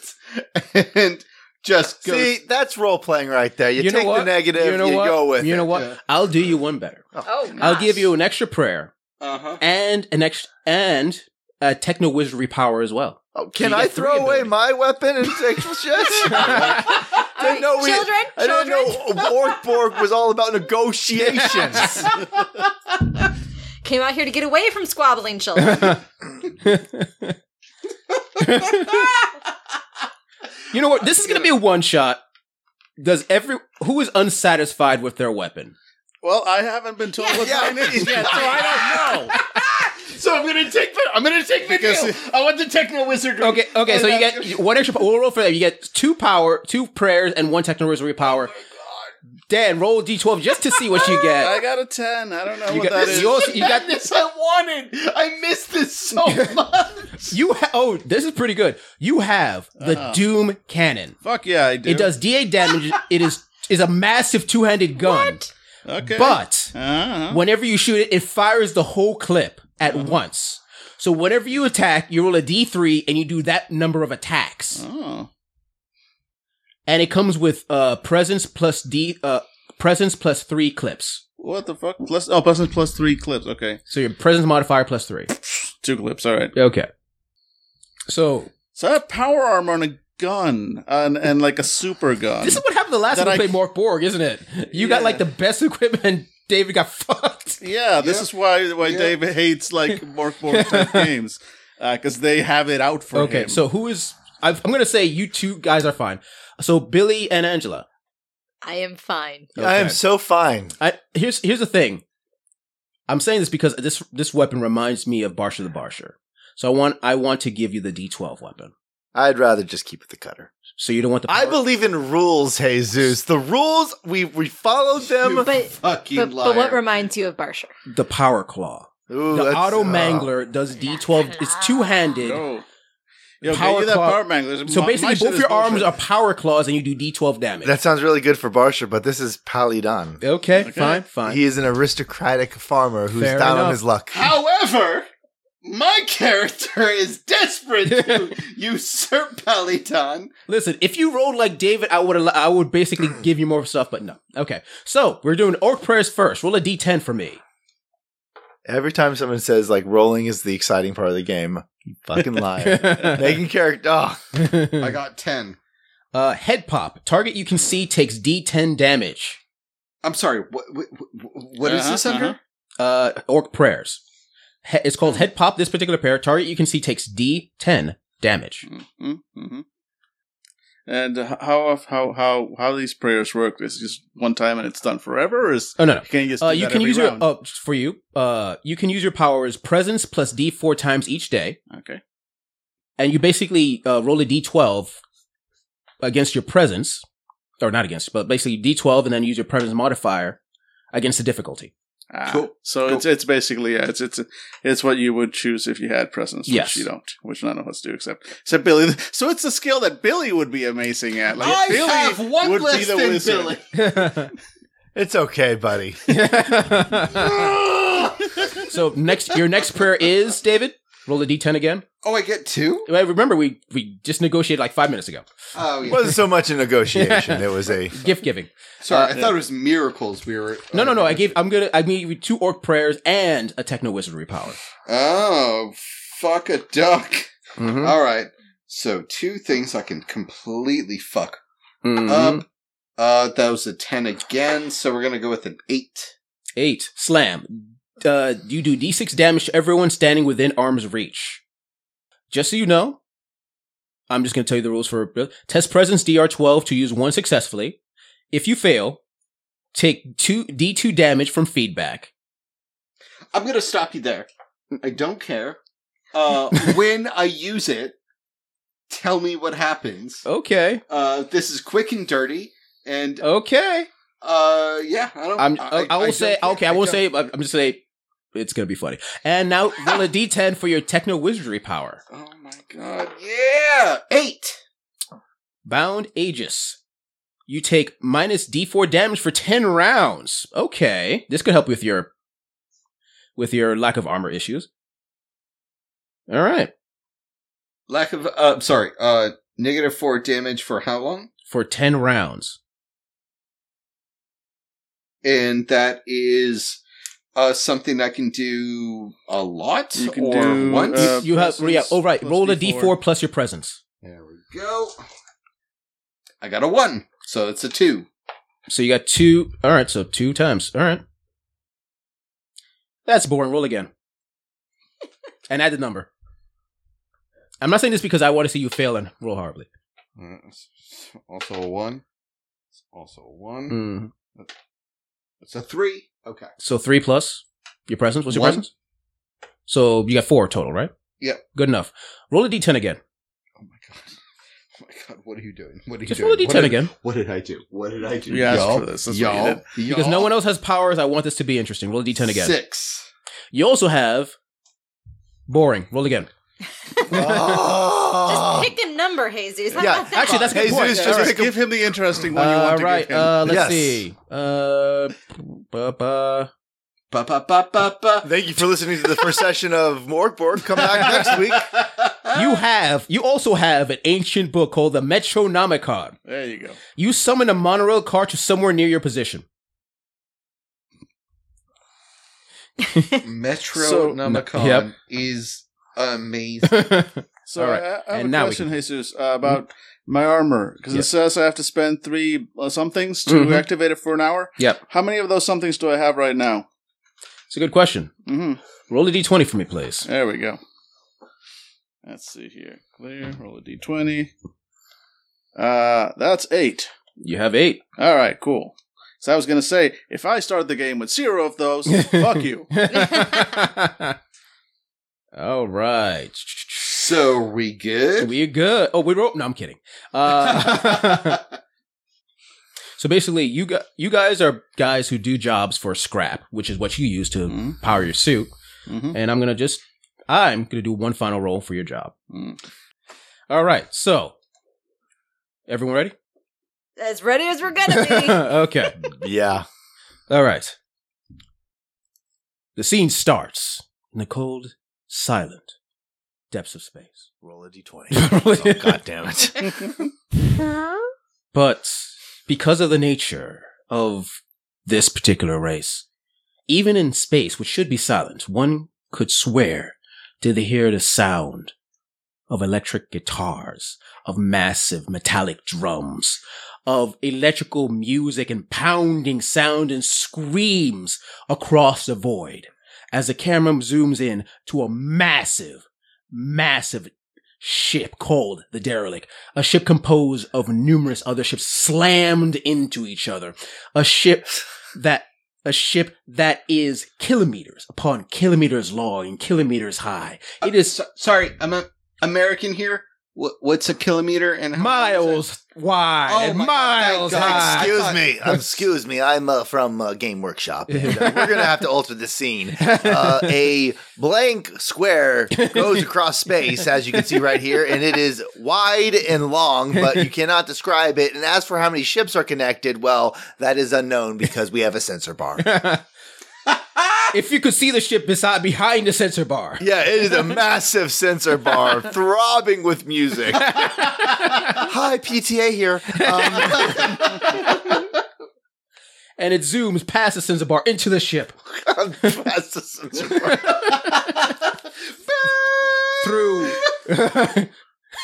[SPEAKER 5] and Just go.
[SPEAKER 2] See, that's role playing right there. You,
[SPEAKER 1] know
[SPEAKER 2] take the
[SPEAKER 1] what?
[SPEAKER 2] negative, you,
[SPEAKER 1] know what?
[SPEAKER 2] go with
[SPEAKER 1] You know
[SPEAKER 2] it.
[SPEAKER 1] what?
[SPEAKER 5] Yeah.
[SPEAKER 1] I'll do you one better.
[SPEAKER 7] Oh,
[SPEAKER 1] I'll
[SPEAKER 7] gosh.
[SPEAKER 1] give you an extra prayer
[SPEAKER 5] Uh huh.
[SPEAKER 1] and an extra and a techno wizardry power as well.
[SPEAKER 2] Oh,
[SPEAKER 1] So
[SPEAKER 2] can
[SPEAKER 1] you
[SPEAKER 2] I
[SPEAKER 1] get three
[SPEAKER 2] throw away
[SPEAKER 1] abilities.
[SPEAKER 2] my weapon and take some shit? [laughs] I
[SPEAKER 7] All right,
[SPEAKER 2] know we-
[SPEAKER 7] children,
[SPEAKER 2] didn't [laughs]
[SPEAKER 7] children,
[SPEAKER 2] know Orkborg was all about [laughs]
[SPEAKER 3] [laughs]
[SPEAKER 2] negotiations.
[SPEAKER 7] came out here to get away from squabbling children.
[SPEAKER 1] [laughs] You know what? This is going to be a one shot. Does every who is unsatisfied with their weapon?
[SPEAKER 3] Well, I haven't been told what
[SPEAKER 2] Yeah.
[SPEAKER 3] mine is.
[SPEAKER 2] Yeah,
[SPEAKER 3] so I don't know.
[SPEAKER 5] So I'm gonna take. I'm gonna take video.
[SPEAKER 3] Because-
[SPEAKER 5] I want the techno wizard.
[SPEAKER 1] Okay, okay. So you get one extra. We'll roll for that. You get two power, two prayers, and one techno wizardry power. Dan, roll d twelve just to see what you
[SPEAKER 3] I
[SPEAKER 1] [laughs] get.
[SPEAKER 3] got a ten. I don't know
[SPEAKER 1] You
[SPEAKER 3] what that
[SPEAKER 1] got
[SPEAKER 3] is.
[SPEAKER 1] you, also, you
[SPEAKER 5] [laughs]
[SPEAKER 1] got
[SPEAKER 5] this. I wanted. I missed this [laughs] so much.
[SPEAKER 1] you. Ha- oh, this is pretty good. You have the Doom Cannon.
[SPEAKER 3] Fuck yeah, I do.
[SPEAKER 1] It does d8 damage. it is is a massive two handed gun.
[SPEAKER 3] Okay.
[SPEAKER 1] But
[SPEAKER 3] Uh-huh.
[SPEAKER 1] Whenever you shoot it, it fires the whole clip at
[SPEAKER 3] Mm-hmm.
[SPEAKER 1] once. So whenever you attack, you roll a d3 and you do that number of attacks.
[SPEAKER 3] Oh.
[SPEAKER 1] And it comes with uh presence plus d uh presence plus 3 clips.
[SPEAKER 3] What the fuck? Plus oh, plus plus three clips. Okay,
[SPEAKER 1] So your presence modifier plus 3.
[SPEAKER 3] two clips. All right.
[SPEAKER 1] Okay. So
[SPEAKER 3] So I have power armor and a gun and and like a super gun.
[SPEAKER 1] this is what happened the last
[SPEAKER 3] That
[SPEAKER 1] time we
[SPEAKER 3] I-
[SPEAKER 1] played Mark Borg, isn't it? You got
[SPEAKER 3] Yeah.
[SPEAKER 1] like the best equipment and David got [laughs] fucked.
[SPEAKER 3] yeah, this
[SPEAKER 5] Yeah.
[SPEAKER 3] is why why
[SPEAKER 5] Yeah.
[SPEAKER 3] David
[SPEAKER 1] [laughs]
[SPEAKER 3] hates like Mark Borg type games because they have it out for him.
[SPEAKER 1] Okay, so who is I've, I'm going to say you two guys are fine. So Billy and Angela.
[SPEAKER 7] I am fine.
[SPEAKER 2] I am so fine.
[SPEAKER 1] I here's here's the thing. I'm saying this because this this weapon reminds me of Barsha the Barsher. So I want I want to give you the D12 weapon.
[SPEAKER 2] I'd rather just keep it the cutter.
[SPEAKER 1] So you don't want the
[SPEAKER 2] I
[SPEAKER 1] power-
[SPEAKER 2] believe in rules, Jesus. The rules we we followed them.
[SPEAKER 7] But,
[SPEAKER 5] Fucking
[SPEAKER 7] but,
[SPEAKER 5] liar.
[SPEAKER 7] but what reminds you of Barsher?
[SPEAKER 1] the power claw.
[SPEAKER 2] Ooh,
[SPEAKER 1] The
[SPEAKER 2] that's-
[SPEAKER 1] auto
[SPEAKER 2] uh,
[SPEAKER 1] mangler does D12. It's two handed.
[SPEAKER 3] Yo. Yo,
[SPEAKER 1] Power
[SPEAKER 3] power get that
[SPEAKER 1] claw-
[SPEAKER 3] power man. There's-
[SPEAKER 1] So
[SPEAKER 3] my- my
[SPEAKER 1] basically,
[SPEAKER 3] shit
[SPEAKER 1] both
[SPEAKER 3] is
[SPEAKER 1] your arms
[SPEAKER 3] bullshit.
[SPEAKER 1] are power claws, and you do D12 damage.
[SPEAKER 2] That sounds really good for Barsha, but this is Palidon.
[SPEAKER 1] okay, Fine. Fine.
[SPEAKER 2] He is an aristocratic farmer who's
[SPEAKER 1] Fair
[SPEAKER 2] down
[SPEAKER 1] enough.
[SPEAKER 2] on his luck.
[SPEAKER 5] However, my character is desperate to usurp Peloton.
[SPEAKER 1] Listen, if you rolled like David, I would al- I would basically give you more stuff, but no. Okay, so we're doing orc prayers first. Roll a D10 for me.
[SPEAKER 2] Every time someone says like rolling is the exciting part of the game, you fucking liar.
[SPEAKER 1] [laughs]
[SPEAKER 2] Making character. Oh,
[SPEAKER 5] I got 10.
[SPEAKER 1] Uh, head pop. Target you can see takes D10 damage.
[SPEAKER 5] I'm sorry. What, what, what is
[SPEAKER 3] Uh-huh,
[SPEAKER 5] this under?
[SPEAKER 3] uh-huh.
[SPEAKER 1] Uh, orc prayers. He- it's called head pop. This particular pair. Target you can see takes D10 damage.
[SPEAKER 3] Mhm, mhm. And uh, how how how how these prayers work? Is it just one time and it's done forever, or is
[SPEAKER 1] Oh no no.
[SPEAKER 3] can you just
[SPEAKER 1] Uh,
[SPEAKER 3] do
[SPEAKER 1] you
[SPEAKER 3] that
[SPEAKER 1] can
[SPEAKER 3] every
[SPEAKER 1] use
[SPEAKER 3] round?
[SPEAKER 1] your uh, just for you. Uh, you can use your powers presence plus D4 times each day,
[SPEAKER 3] okay.
[SPEAKER 1] and you basically uh, roll a D12 against your presence, or not against, but basically D12, and then use your presence modifier against the
[SPEAKER 3] [laughs]
[SPEAKER 1] difficulty.
[SPEAKER 3] Ah,
[SPEAKER 5] Cool.
[SPEAKER 3] So it's it's basically yeah, it's it's it's what you would choose if you had presence,
[SPEAKER 1] Yes.
[SPEAKER 3] which you don't, which none of us do except except Billy. So it's a skill that Billy would be amazing at. Like
[SPEAKER 5] I
[SPEAKER 3] Billy
[SPEAKER 5] have one
[SPEAKER 3] would be
[SPEAKER 5] less
[SPEAKER 3] the
[SPEAKER 5] than
[SPEAKER 3] wizard.
[SPEAKER 5] [laughs] Billy.
[SPEAKER 2] it's okay, buddy.
[SPEAKER 5] Oh,
[SPEAKER 1] so next, your next prayer is David. Roll a D10 again.
[SPEAKER 5] Oh, I get two?
[SPEAKER 1] Well, Remember, we we just negotiated like five minutes ago.
[SPEAKER 5] Oh,
[SPEAKER 2] It
[SPEAKER 5] yeah.
[SPEAKER 2] wasn't so much a negotiation. It was a
[SPEAKER 1] Gift giving.
[SPEAKER 5] Sorry, I thought it was miracles we were.
[SPEAKER 1] No, no, no. I gave. I'm gonna. I mean, you two orc prayers and a techno wizardry power.
[SPEAKER 5] Oh, fuck a duck.
[SPEAKER 2] Hmm?
[SPEAKER 1] Mm-hmm.
[SPEAKER 5] All right. So, two things I can completely fuck
[SPEAKER 1] Mm-hmm. Um,
[SPEAKER 5] up. Uh, that was a 10 again, so we're going to go with an 8.
[SPEAKER 1] Eight slam. Uh, you do d6 damage to everyone standing within arm's reach. Just so you know, I'm just gonna tell you the rules for test presence dr12 to use one successfully. If you fail, take two d2 damage from feedback.
[SPEAKER 5] I'm gonna stop you there. I don't care.
[SPEAKER 1] [laughs]
[SPEAKER 5] Uh, when I use it, tell me what happens.
[SPEAKER 1] Okay.
[SPEAKER 5] Uh, this is quick and dirty, and
[SPEAKER 1] Okay.
[SPEAKER 5] uh, yeah, I don't.
[SPEAKER 1] Oh. I'm. I, I will
[SPEAKER 5] don't
[SPEAKER 1] say.
[SPEAKER 5] care.
[SPEAKER 1] Okay. I will
[SPEAKER 5] don't-
[SPEAKER 1] say. uh, I'm I'm just say. It's gonna be funny. And now roll a [laughs] d10 for your techno wizardry power.
[SPEAKER 5] Oh my god! Yeah, eight.
[SPEAKER 1] Bound Aegis. You take minus D4 damage for 10 rounds. Okay. This could help with your with your lack of armor issues. All right.
[SPEAKER 5] Lack of. Uh, sorry. Uh, negative four damage for how long?
[SPEAKER 1] for 10 rounds.
[SPEAKER 5] and that is uh, something I can do a lot
[SPEAKER 3] You can
[SPEAKER 5] or
[SPEAKER 3] do,
[SPEAKER 5] once.
[SPEAKER 3] Uh,
[SPEAKER 1] you have,
[SPEAKER 3] presence
[SPEAKER 1] yeah, oh, right.
[SPEAKER 3] plus
[SPEAKER 1] Roll a
[SPEAKER 3] D4.
[SPEAKER 1] d4 plus your presence.
[SPEAKER 5] there we go. I got a one, so it's a two.
[SPEAKER 1] So you got two. All right, so two times. All right. That's boring. Roll again.
[SPEAKER 3] [laughs]
[SPEAKER 1] and add the number. I'm not saying this because I want to see you fail and roll horribly.
[SPEAKER 5] Uh, Also a one. It's Also a one.
[SPEAKER 3] Hmm.
[SPEAKER 1] Mm.
[SPEAKER 5] It's a three. Okay.
[SPEAKER 1] So three plus your presence. What's your
[SPEAKER 5] One.
[SPEAKER 1] presence? So you got four total, right?
[SPEAKER 5] Yeah.
[SPEAKER 1] Good enough. Roll a d10 again.
[SPEAKER 5] Oh my god. [laughs] Oh my god. What are you doing? What are you
[SPEAKER 1] Just
[SPEAKER 5] doing?
[SPEAKER 1] roll a d10
[SPEAKER 5] what did,
[SPEAKER 1] again.
[SPEAKER 5] What did I do? What did I do?
[SPEAKER 3] You asked
[SPEAKER 5] Y'all?
[SPEAKER 3] for this. That's what you
[SPEAKER 5] y'all,
[SPEAKER 3] did.
[SPEAKER 1] Because no one else has powers. I want this to be interesting. Roll a d10 again. [laughs]
[SPEAKER 5] Six.
[SPEAKER 1] You also have boring. Roll again.
[SPEAKER 2] [laughs] Oh.
[SPEAKER 7] Just pick a number,
[SPEAKER 2] [laughs]
[SPEAKER 7] Jesus.
[SPEAKER 2] Yeah,
[SPEAKER 1] Actually, that's a good
[SPEAKER 2] Jesus,
[SPEAKER 1] point.
[SPEAKER 2] just
[SPEAKER 1] All right.
[SPEAKER 3] Just give him the interesting one you
[SPEAKER 1] Uh,
[SPEAKER 3] want to
[SPEAKER 1] right.
[SPEAKER 3] give him.
[SPEAKER 1] Uh, let's
[SPEAKER 2] Yes.
[SPEAKER 1] see. Uh, ba- ba-
[SPEAKER 5] Ba ba ba ba ba.
[SPEAKER 2] Thank you for listening to the first session of Morgborg. Come back next week.
[SPEAKER 1] [laughs]
[SPEAKER 3] Ah.
[SPEAKER 1] you have. You also have an ancient book called the Metronomicon.
[SPEAKER 3] there you go.
[SPEAKER 1] You summon a monorail car to somewhere near your position. [laughs]
[SPEAKER 5] Metronomicon
[SPEAKER 1] So- Yep.
[SPEAKER 5] is amazing.
[SPEAKER 3] So
[SPEAKER 1] All right.
[SPEAKER 3] I, I have
[SPEAKER 1] And
[SPEAKER 3] a
[SPEAKER 1] now we Mm-hmm.
[SPEAKER 3] question, Jesus, uh, about my armor because
[SPEAKER 1] Yeah.
[SPEAKER 3] it says I have to spend three uh, somethings to
[SPEAKER 1] Mhm.
[SPEAKER 3] activate it for an hour.
[SPEAKER 1] Yep.
[SPEAKER 3] How many of those somethings do I have right now?
[SPEAKER 1] It's a good question.
[SPEAKER 3] hmm
[SPEAKER 1] Roll a d20 for me, please.
[SPEAKER 3] There we go. Let's see here. Clear. Roll a d20. Uh, that's eight.
[SPEAKER 1] You have eight.
[SPEAKER 3] All right. Cool. So I was gonna say, if I start the game with zero of those,
[SPEAKER 1] [laughs]
[SPEAKER 3] fuck you.
[SPEAKER 1] All right.
[SPEAKER 5] So we good?
[SPEAKER 1] We good. Oh, we wrote. No, I'm kidding. Uh, so basically, you gu- you guys are guys who do jobs for scrap, which is what you use to
[SPEAKER 3] Mhm.
[SPEAKER 1] power your suit.
[SPEAKER 3] Mhm.
[SPEAKER 1] And I'm gonna just I'm gonna do one final roll for your job.
[SPEAKER 3] Mm.
[SPEAKER 1] All right. So everyone ready?
[SPEAKER 7] as ready as we're gonna
[SPEAKER 1] [laughs]
[SPEAKER 7] be.
[SPEAKER 1] okay.
[SPEAKER 2] Yeah.
[SPEAKER 1] All right. The scene starts in the cold, silent depths of space.
[SPEAKER 2] Roll
[SPEAKER 1] [laughs]
[SPEAKER 2] a d20. [laughs] oh, God damn it.
[SPEAKER 1] But because of the nature of this particular race, even in space, which should be silent, one could swear did they hear the sound of electric guitars, of massive metallic drums, of electrical music and pounding sound and screams across the void as the camera zooms in to a massive, massive ship called the derelict a ship composed of numerous other ships slammed into each other. A ship that a ship that is kilometers upon kilometers long and kilometers high. It is
[SPEAKER 5] So- sorry, I'm a American here. What, what's a kilometer and how
[SPEAKER 1] [laughs]
[SPEAKER 5] long is
[SPEAKER 1] miles wide
[SPEAKER 5] Oh
[SPEAKER 1] and
[SPEAKER 5] my God, thank
[SPEAKER 1] miles
[SPEAKER 5] God.
[SPEAKER 1] high.
[SPEAKER 2] Excuse [laughs] me. Um, excuse me. I'm uh, from uh, Game Workshop. And, uh, we're going to have to alter the scene. Uh, a blank square goes across space, as you can see right here, and it is wide and long, but you cannot describe it. And as for how many ships are connected, well, that is unknown because we have a sensor bar.
[SPEAKER 1] [laughs] if you could see the ship beside behind the sensor bar.
[SPEAKER 2] Yeah, it is a massive sensor bar throbbing with music. Hi, PTA here. Um,
[SPEAKER 1] And it zooms past the sensor bar into the ship.
[SPEAKER 2] that's the sensor bar.
[SPEAKER 1] [laughs] through [laughs]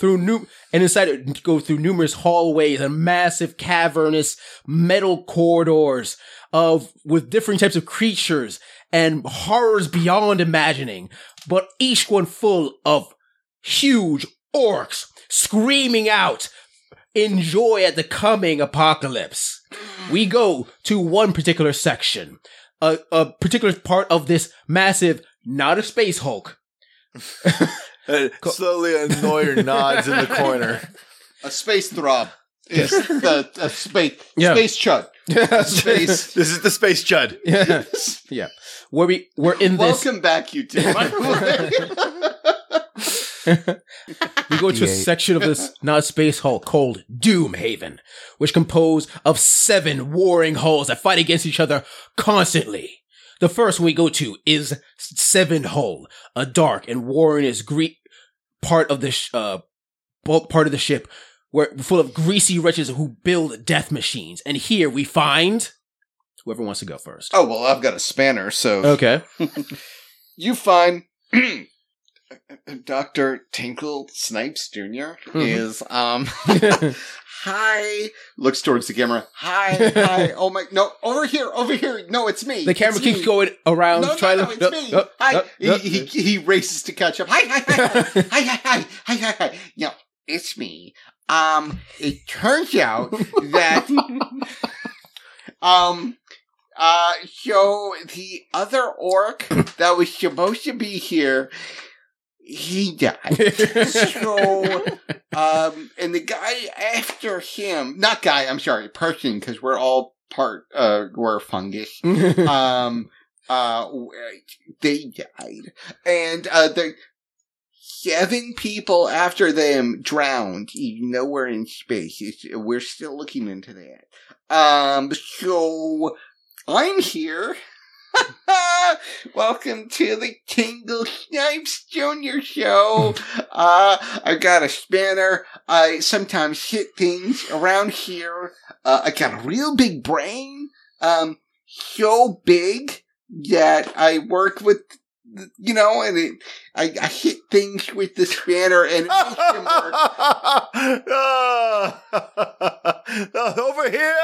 [SPEAKER 1] through new and inside it go through numerous hallways and massive cavernous metal corridors of with different types of creatures and horrors beyond imagining but each one full of huge orcs screaming out in joy at the coming apocalypse we go to one particular section a, a particular part of this massive not a space hulk
[SPEAKER 2] And Slowly, a Noyer nods in the corner.
[SPEAKER 5] it? a space throb?
[SPEAKER 1] [laughs]
[SPEAKER 5] Yes, the a space
[SPEAKER 1] Yeah.
[SPEAKER 5] space chug. Space.
[SPEAKER 2] This is the space chud.
[SPEAKER 1] yeah. [laughs] yeah. Where we we're in this
[SPEAKER 5] Welcome back, you two.
[SPEAKER 1] we go to a section of this not space hull called Doom Haven, which composed of seven warring hulls that fight against each other constantly. The first one we go to is Seven Hull, a dark and warring is Greek part of the sh- uh bulk part of the ship We're full of greasy wretches who build death machines. And here we find whoever wants to go first.
[SPEAKER 5] Oh well, I've got a spanner, so
[SPEAKER 1] Okay. [laughs]
[SPEAKER 5] you find [clears throat] Doctor Tinkle Snipes junior
[SPEAKER 1] Mm-hmm.
[SPEAKER 5] is um. [laughs] hi, looks towards the camera. Hi,
[SPEAKER 1] [laughs]
[SPEAKER 5] hi. Oh my, no, over here, over here. No, it's me.
[SPEAKER 1] The camera
[SPEAKER 5] It's
[SPEAKER 1] keeps
[SPEAKER 5] me.
[SPEAKER 1] going around.
[SPEAKER 5] No, no,
[SPEAKER 1] trying
[SPEAKER 5] no,
[SPEAKER 1] to,
[SPEAKER 5] it's
[SPEAKER 1] Nope,
[SPEAKER 5] me. [laughs]
[SPEAKER 1] [laughs] nope,
[SPEAKER 5] hi.
[SPEAKER 1] nope, nope.
[SPEAKER 5] he, he, he races to catch up. Hi, hi,
[SPEAKER 1] [laughs]
[SPEAKER 5] hi, hi, hi, hi, hi, hi, hi. No, it's me. Um, it turns
[SPEAKER 1] [laughs]
[SPEAKER 5] out that, um, uh, so the other orc that was supposed to be here, he died.
[SPEAKER 1] [laughs]
[SPEAKER 5] so, um, and the guy after him, not guy, I'm sorry, person, because we're all part, uh, we're fungus [laughs] um uh w- they died and uh the seven people after them drowned even though we're in space it's, we're still looking into that um so i'm here [laughs] Welcome to the Tingle Snipes Junior Show. Uh, I've got a spanner. I sometimes hit things around here. Uh, I got a real big brain. Um, so big that I work with, you know, and it, I, I hit things with the spanner and it makes
[SPEAKER 2] [laughs]
[SPEAKER 5] them work.
[SPEAKER 2] Over here!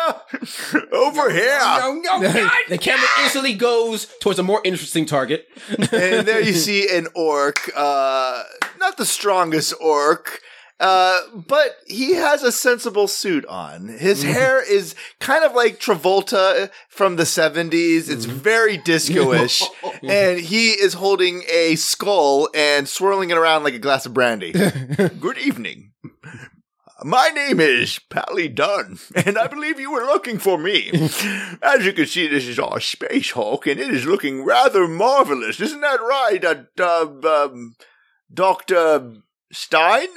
[SPEAKER 2] Over here!
[SPEAKER 5] No, no,
[SPEAKER 1] [laughs]
[SPEAKER 5] no, God,
[SPEAKER 1] the camera instantly goes towards a more interesting target.
[SPEAKER 2] And there you see an orc, uh, not the strongest orc, uh, but he has a sensible suit on. His
[SPEAKER 5] Mm.
[SPEAKER 2] hair is kind of like Travolta from the 70s.
[SPEAKER 5] Mm.
[SPEAKER 2] It's very
[SPEAKER 1] [laughs]
[SPEAKER 5] [laughs]
[SPEAKER 2] disco-ish. [laughs] and he is holding a skull and swirling it around like a glass of brandy. Good evening. My name is Pally Dunn, and I believe you were looking for me. As you can see, this is our Space Hulk, and it is looking rather marvelous. Isn't that right, uh, uh, um, Dr. Stein?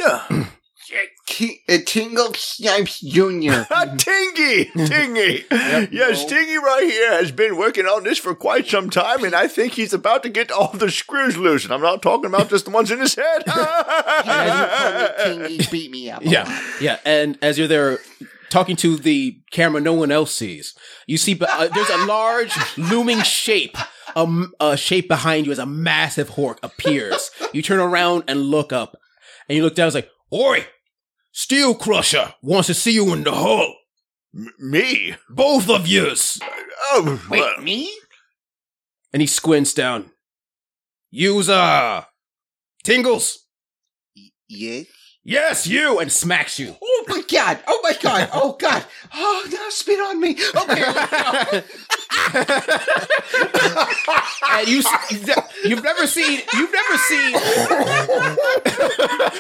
[SPEAKER 5] T- uh, Tingle Snipes Junior.
[SPEAKER 2] Ah, Tingy! Tingy! [laughs] yes, Tingy right here has been working on this for quite some time, and I think he's about to get all the screws loose. And I'm not talking about just the ones in his [laughs] head.
[SPEAKER 5] Tingy beat me up.
[SPEAKER 1] Yeah, yeah. And as you're there talking to the camera, no one else sees. You see, but uh, there's a large looming shape. A, m- a shape behind you as a massive hork appears. You turn around and look up, and you look down. It's like, Ori, Steel Crusher wants to see you in the hull.
[SPEAKER 2] Me?
[SPEAKER 1] Both of yous.
[SPEAKER 2] Oh,
[SPEAKER 5] Wait,
[SPEAKER 2] well,
[SPEAKER 5] me?
[SPEAKER 1] And he squints down. Use uh, tingles.
[SPEAKER 5] Yes.
[SPEAKER 1] Yes, you, and smacks you.
[SPEAKER 5] Oh my god! Oh my [laughs] god! Oh god! Oh no! Spit on me! Oh Okay. let's go.
[SPEAKER 1] and you, you've never seen, you've never seen
[SPEAKER 5] oh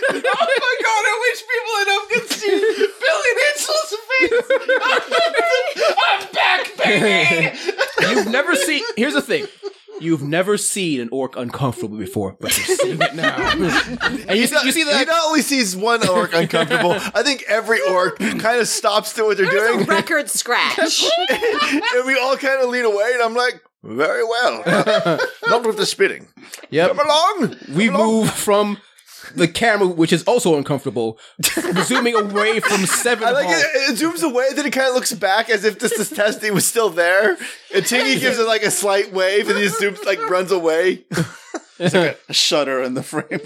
[SPEAKER 5] my god, I wish people at home could see Billy Mitchell's face. I'm back, baby!
[SPEAKER 1] You've never seen. Here's the thing. You've never seen an orc uncomfortable before, but you're seeing it [laughs] now. and you
[SPEAKER 2] [laughs]
[SPEAKER 1] see, you see
[SPEAKER 2] He
[SPEAKER 1] that.
[SPEAKER 2] not only sees one orc uncomfortable, I think every orc kind of stops to what they're doing,
[SPEAKER 7] Record scratch.
[SPEAKER 2] and we all kind of lean away, and I'm like, very [laughs] well. Not with the spitting.
[SPEAKER 1] Yep.
[SPEAKER 2] Come along!
[SPEAKER 1] We
[SPEAKER 2] Come along.
[SPEAKER 1] move from the camera, which is also uncomfortable,
[SPEAKER 2] [laughs]
[SPEAKER 1] zooming away from seven.
[SPEAKER 2] I like
[SPEAKER 1] Hall.
[SPEAKER 2] it, it zooms away, then it kind of looks back as if this is testing was still there. And Tingy gives it like a slight wave, and he just zooms, like runs away.
[SPEAKER 3] A shudder in the frame.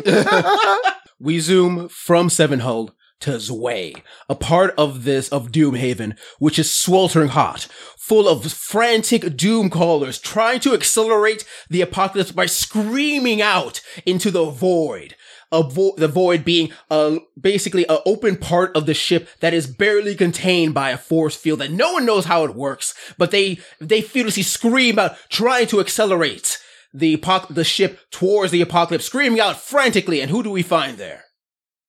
[SPEAKER 1] We zoom from Sevenhold to Zwei, a part of this of Doomhaven, which is sweltering hot, full of frantic doom callers trying to accelerate the apocalypse by screaming out into the void. A vo- the void being uh, basically an open part of the ship that is barely contained by a force field that no one knows how it works, but they they furiously scream out, trying to accelerate the apoc- the ship towards the apocalypse, screaming out frantically. And who do we find there?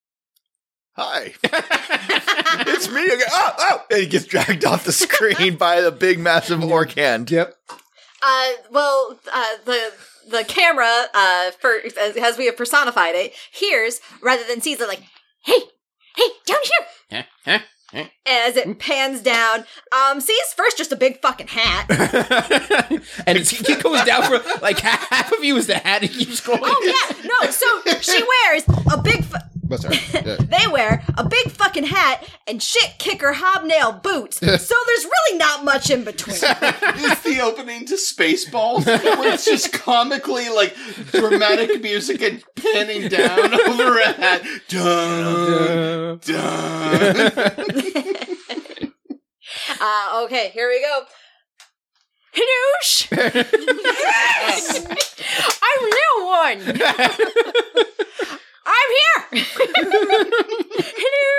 [SPEAKER 2] [laughs] Hi. it's me again. Oh, oh! And he gets dragged off the screen by the big, massive orc hand.
[SPEAKER 1] [laughs]
[SPEAKER 2] Yep.
[SPEAKER 7] Uh, well, uh, the the camera, uh, for as, as we have personified it, hears rather than sees it. Like, hey, hey, down here. As it pans down, um, sees first just a big fucking hat.
[SPEAKER 1] and it's, it goes down for like half of you is the hat, and keeps going.
[SPEAKER 7] Oh yeah, no. So she wears a big. Fu-
[SPEAKER 5] But
[SPEAKER 7] [laughs]
[SPEAKER 5] sorry. Yeah.
[SPEAKER 7] They wear a big fucking hat and shit kicker hobnail boots, so there's really not much
[SPEAKER 1] [laughs]
[SPEAKER 7] in between.
[SPEAKER 5] is the opening to Spaceballs, where it's just comically like dramatic music and panning down [laughs] over a hat. Dun, dun.
[SPEAKER 7] Uh, okay, here we go.
[SPEAKER 1] [laughs]
[SPEAKER 7] Hanoosh! yes! I'm new
[SPEAKER 1] [laughs]
[SPEAKER 7] one! I'm here! Hello!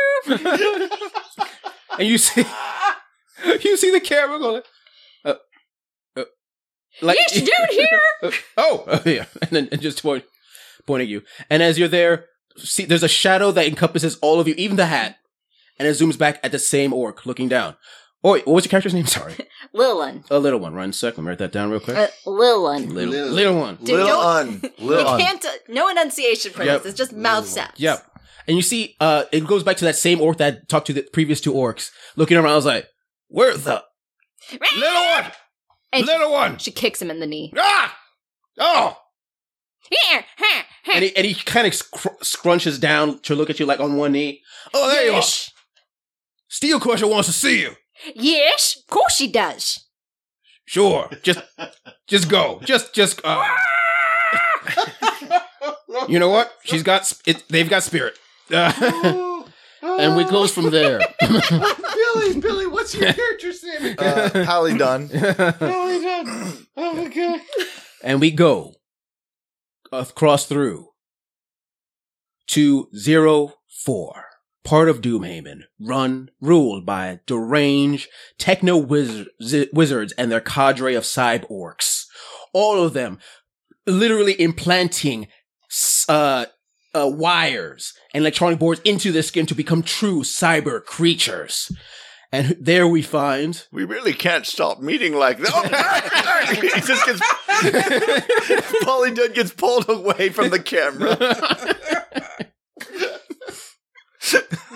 [SPEAKER 1] and you see, [laughs] you see the camera going, uh, uh, like,
[SPEAKER 7] Yes, dude, here!
[SPEAKER 1] oh, [laughs] uh, yeah, and then and just point, pointing you. And as you're there, see, there's a shadow that encompasses all of you, even the hat, and it zooms back at the same orc looking down. Oh, wait, what was your character's name? [laughs] Sorry,
[SPEAKER 7] Lilan.
[SPEAKER 1] a little one. Run, sec. Let me write that down real quick.
[SPEAKER 7] Uh, Lilan.
[SPEAKER 1] little,
[SPEAKER 5] Lil-
[SPEAKER 1] little one.
[SPEAKER 7] Dude,
[SPEAKER 2] Lil
[SPEAKER 7] don't-
[SPEAKER 2] Un. Lil
[SPEAKER 7] you
[SPEAKER 2] Un.
[SPEAKER 7] can't, uh, no enunciation for
[SPEAKER 1] Yep.
[SPEAKER 7] this, it's just mouth sounds.
[SPEAKER 1] Yep. And you see, uh, it goes back to that same orc that talked to the previous two orcs. Looking around, I was like, where the little one?
[SPEAKER 7] And
[SPEAKER 1] little one!
[SPEAKER 7] she kicks him in the knee.
[SPEAKER 1] Ah! Oh!
[SPEAKER 7] Here! Here!
[SPEAKER 1] And he, and he kind of scr- scrunches down to look at you like on one knee. Oh, there you are.
[SPEAKER 7] Yes.
[SPEAKER 1] Steel Crusher wants to see you.
[SPEAKER 7] Yes, of course she does.
[SPEAKER 1] Sure. [laughs] Just, just go. Just, just, [laughs] uh. you know what? She's got, sp- it, they've got spirit. [laughs] Uh, and we close from [laughs] there.
[SPEAKER 5] Oh, Billy, Billy, what's your character's name? again?
[SPEAKER 2] Uh, Pally Dunn.
[SPEAKER 5] Billy Dunn. Oh my god.
[SPEAKER 1] and we go across through to zero four, part of Doomhaven, run ruled by deranged techno wizard, zi- wizards and their cadre of cyborgs. All of them literally implanting s- uh, uh, wires and electronic boards into their skin to become true cyber creatures. And there we find
[SPEAKER 2] [laughs] We really can't stop meeting like that. Oh, he just [laughs] gets, [laughs] Polly Dunn gets pulled away from the camera.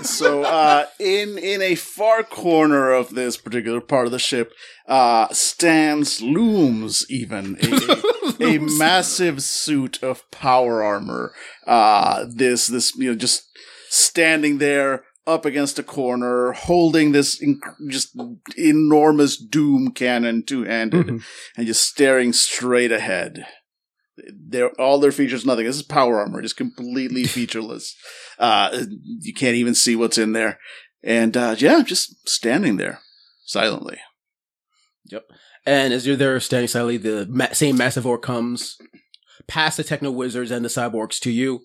[SPEAKER 3] so uh, in in a far corner of this particular part of the ship uh, stands looms even a, a massive suit of power armor uh, this this you know just standing there up against a corner holding this inc- just enormous doom cannon two-handed and just staring straight ahead they're all their features nothing this is power armor just completely featureless uh you can't even see what's in there and uh yeah just standing there silently
[SPEAKER 1] And as you're there standing silently, the ma- same massive orc comes past the techno wizards and the cyborgs to you,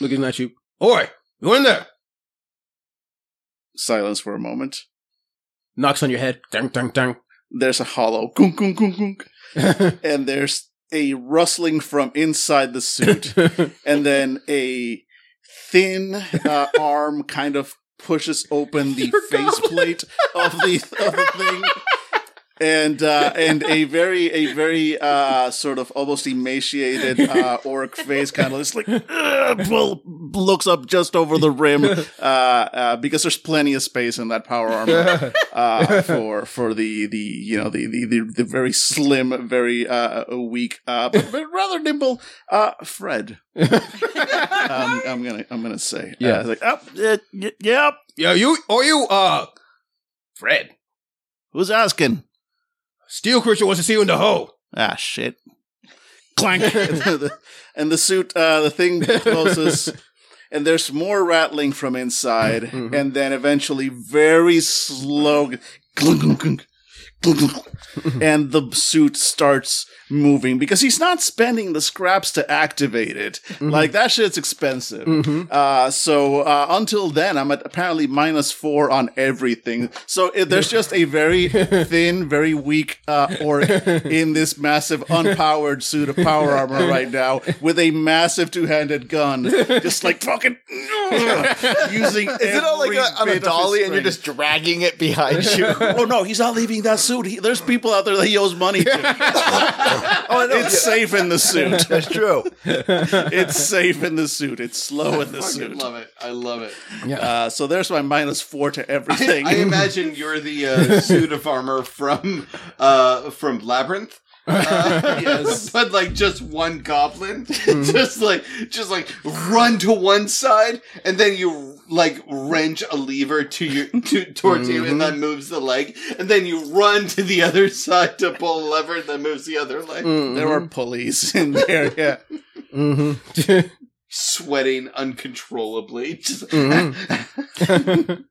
[SPEAKER 1] looking at you. Oi, you in there?
[SPEAKER 3] silence for a moment
[SPEAKER 1] Knocks on your head. Dang, dang,
[SPEAKER 3] [laughs]
[SPEAKER 1] dang.
[SPEAKER 3] there's a hollow kunk, kunk, kunk, kunk, [laughs] and there's a rustling from inside the suit and then a thin uh, arm kind of pushes open the faceplate of the of the thing. And uh, and a very a very uh, sort of almost emaciated uh, orc face kind of just like "Ugh," well looks up just over the rim uh, uh, because there's plenty of space in that power armor uh, for for the the you know the the, the, the very slim very uh, weak uh, but, but rather nimble uh, Fred um, I'm gonna I'm gonna say
[SPEAKER 1] Yeah.
[SPEAKER 3] Uh, like up uh, y- yep
[SPEAKER 1] yeah, you or you, uh, Fred.
[SPEAKER 3] who's asking
[SPEAKER 1] Steel Creature wants to see you in the hole.
[SPEAKER 3] ah shit [laughs] clank and the suit uh, the thing closes and there's more rattling from inside
[SPEAKER 1] Mhm.
[SPEAKER 3] and then eventually very slow clunk, clunk, clunk, clunk, clunk, and the suit starts moving because he's not spending the scraps to activate it like that shit's expensive Uh, so uh, until then, I'm at apparently minus four on everything. So it, there's just a very thin, very weak uh, orc in this massive, unpowered suit of power armor right now with a massive two handed gun, just like fucking [laughs] using.
[SPEAKER 2] Is it all like
[SPEAKER 3] every
[SPEAKER 2] a, on
[SPEAKER 3] bit
[SPEAKER 2] a
[SPEAKER 3] of
[SPEAKER 2] dolly
[SPEAKER 3] his
[SPEAKER 2] and you're
[SPEAKER 3] strength.
[SPEAKER 2] just dragging it behind you? [laughs]
[SPEAKER 3] Oh no, he's not leaving that suit. He, there's people out there that he owes
[SPEAKER 5] [laughs]
[SPEAKER 3] money to.
[SPEAKER 2] Oh, no,
[SPEAKER 3] It's
[SPEAKER 2] yeah,
[SPEAKER 3] safe in the suit.
[SPEAKER 2] that's true.
[SPEAKER 3] It's safe in the suit. It's slow in the
[SPEAKER 5] I
[SPEAKER 3] suit.
[SPEAKER 5] love it. I love it.
[SPEAKER 3] Uh, so there's my minus four to
[SPEAKER 5] [laughs]
[SPEAKER 3] everything.
[SPEAKER 5] I imagine you're the uh, suit of armor from uh, from Labyrinth. Uh,
[SPEAKER 3] Yes.
[SPEAKER 5] [laughs] But like just one goblin, [laughs] just like just like run to one side, and then you like wrench a lever to your to, towards you, and that moves the leg, and then you run to the other [laughs] side to pull a lever that moves the other leg.
[SPEAKER 1] Mm.
[SPEAKER 3] There
[SPEAKER 5] Mm-hmm.
[SPEAKER 3] were pulleys [laughs] in there. Yeah.
[SPEAKER 1] Mm-hmm. [laughs]
[SPEAKER 5] Sweating uncontrollably. [laughs] Just-
[SPEAKER 1] Mm-hmm. [laughs]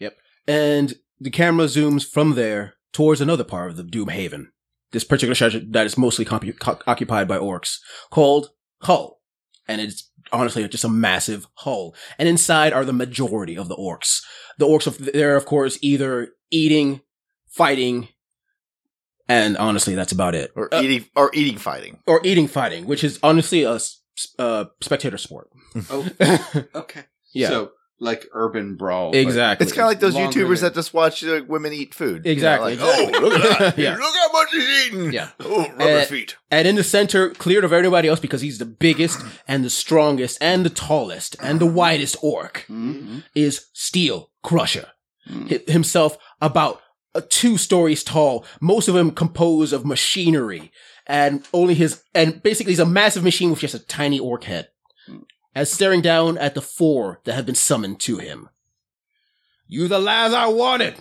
[SPEAKER 1] yep. And the camera zooms from there towards another part of the Doom Haven. This particular shelter that is mostly compu- co- occupied by orcs, called Hull. And it's honestly just a massive hull. And inside are the majority of the orcs. The orcs of they're of course either eating, fighting, and honestly that's about it.
[SPEAKER 2] Or
[SPEAKER 1] Uh,
[SPEAKER 2] eating or eating fighting.
[SPEAKER 1] or eating fighting, which is honestly a s- uh, spectator sport.
[SPEAKER 5] oh, okay.
[SPEAKER 1] yeah,
[SPEAKER 5] So like urban brawl. but-
[SPEAKER 1] exactly.
[SPEAKER 2] It's kind of like those
[SPEAKER 5] Longer
[SPEAKER 2] YouTubers
[SPEAKER 5] than-
[SPEAKER 2] that just watch uh, women eat food. You know,
[SPEAKER 1] Exactly,
[SPEAKER 2] like,
[SPEAKER 1] exactly.
[SPEAKER 2] Oh, look at
[SPEAKER 1] [laughs]
[SPEAKER 2] that.
[SPEAKER 1] Yeah.
[SPEAKER 2] Look how much he's eating.
[SPEAKER 1] Yeah.
[SPEAKER 2] [laughs] Oh, rubber
[SPEAKER 1] Uh,
[SPEAKER 2] feet.
[SPEAKER 1] and in the center, cleared of everybody else because he's the biggest and the strongest and the tallest and the widest orc
[SPEAKER 3] Mhm.
[SPEAKER 1] is Steel Crusher Hi- himself, about uh, two stories tall. Most of him composed of machinery, and only his and basically he's a massive machine with just a tiny orc head, as staring down at the four that have been summoned to him. You the lads I wanted.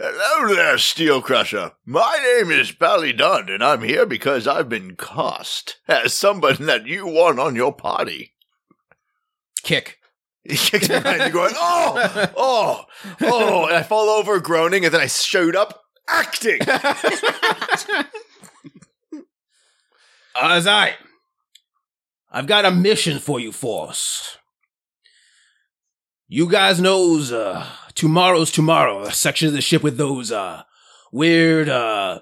[SPEAKER 6] Hello there, Steel Crusher. My name is Bally Dunn, and I'm here because I've been cast as somebody that you want on your party. [laughs]
[SPEAKER 1] Kick.
[SPEAKER 6] He kicks me behind you going, oh, oh, oh, and I fall over groaning, and then I showed up
[SPEAKER 2] [laughs]
[SPEAKER 6] acting.
[SPEAKER 1] As I, I've got a mission for you, Force. You guys knows uh, tomorrow's tomorrow. A section of the ship with those uh, weird uh,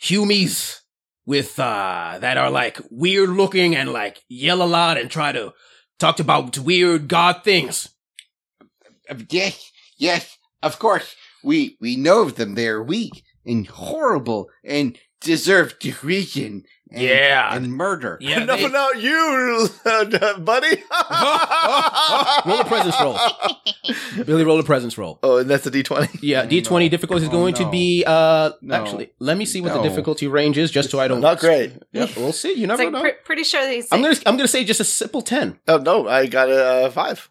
[SPEAKER 1] humies with uh, that are like weird looking and like yell a lot and try to talk about weird god things.
[SPEAKER 4] Yes, yes, of course. We we know of them. They're weak and horrible and deserve derision. And,
[SPEAKER 1] Yeah.
[SPEAKER 4] and murder.
[SPEAKER 1] Yeah,
[SPEAKER 6] Enough
[SPEAKER 1] they-
[SPEAKER 6] about you, [laughs] uh,
[SPEAKER 2] [laughs]
[SPEAKER 6] buddy. [laughs]
[SPEAKER 1] roll a presence roll. Billy, roll a presence roll.
[SPEAKER 2] Oh, and that's a D20.
[SPEAKER 1] Yeah, D twenty difficulty is
[SPEAKER 4] Oh,
[SPEAKER 1] going to
[SPEAKER 4] no.
[SPEAKER 1] be uh
[SPEAKER 4] No.
[SPEAKER 1] actually let me see what the
[SPEAKER 4] No.
[SPEAKER 1] difficulty range is just so I don't
[SPEAKER 2] Not great.
[SPEAKER 1] Yeah, we'll see. You
[SPEAKER 7] It's
[SPEAKER 1] never
[SPEAKER 7] like
[SPEAKER 1] know.
[SPEAKER 7] pre- pretty sure that he's.
[SPEAKER 1] I'm gonna I'm gonna say just a simple ten.
[SPEAKER 2] Oh, no, I got a uh, five.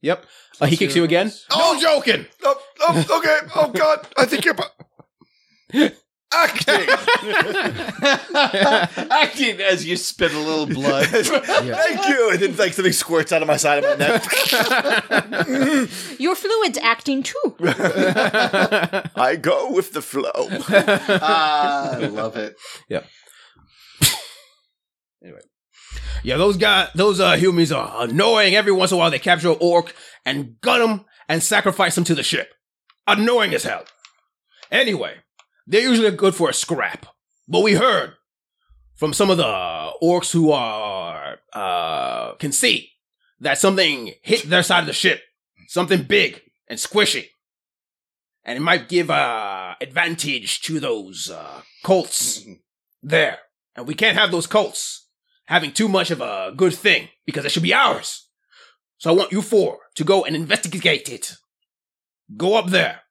[SPEAKER 1] Yep. Uh, he kicks you again.
[SPEAKER 6] Oh,
[SPEAKER 1] no joking.
[SPEAKER 6] oh, oh, okay. Oh, God. I think you're. bu- acting.
[SPEAKER 5] Acting as you spit a little blood.
[SPEAKER 3] [laughs]
[SPEAKER 2] Thank you. And then like something squirts out of my side of my neck.
[SPEAKER 7] You're fluent
[SPEAKER 1] [laughs]
[SPEAKER 7] acting too.
[SPEAKER 6] I go with the flow.
[SPEAKER 2] Oh,
[SPEAKER 5] Ah, I love
[SPEAKER 4] [laughs]
[SPEAKER 5] it.
[SPEAKER 1] yeah, those guys, those uh humans are annoying. Every once in a while, they capture an orc and gun him and sacrifice him to the ship. Annoying as hell. Anyway, they're usually good for a scrap, but we heard from some of the uh, orcs who are uh can see that something hit their side of the ship, something big and squishy, and it might give uh advantage to those uh colts there, and we can't have those colts having too much of a good thing because it should be ours. So I want you four to go and investigate it. Go up there.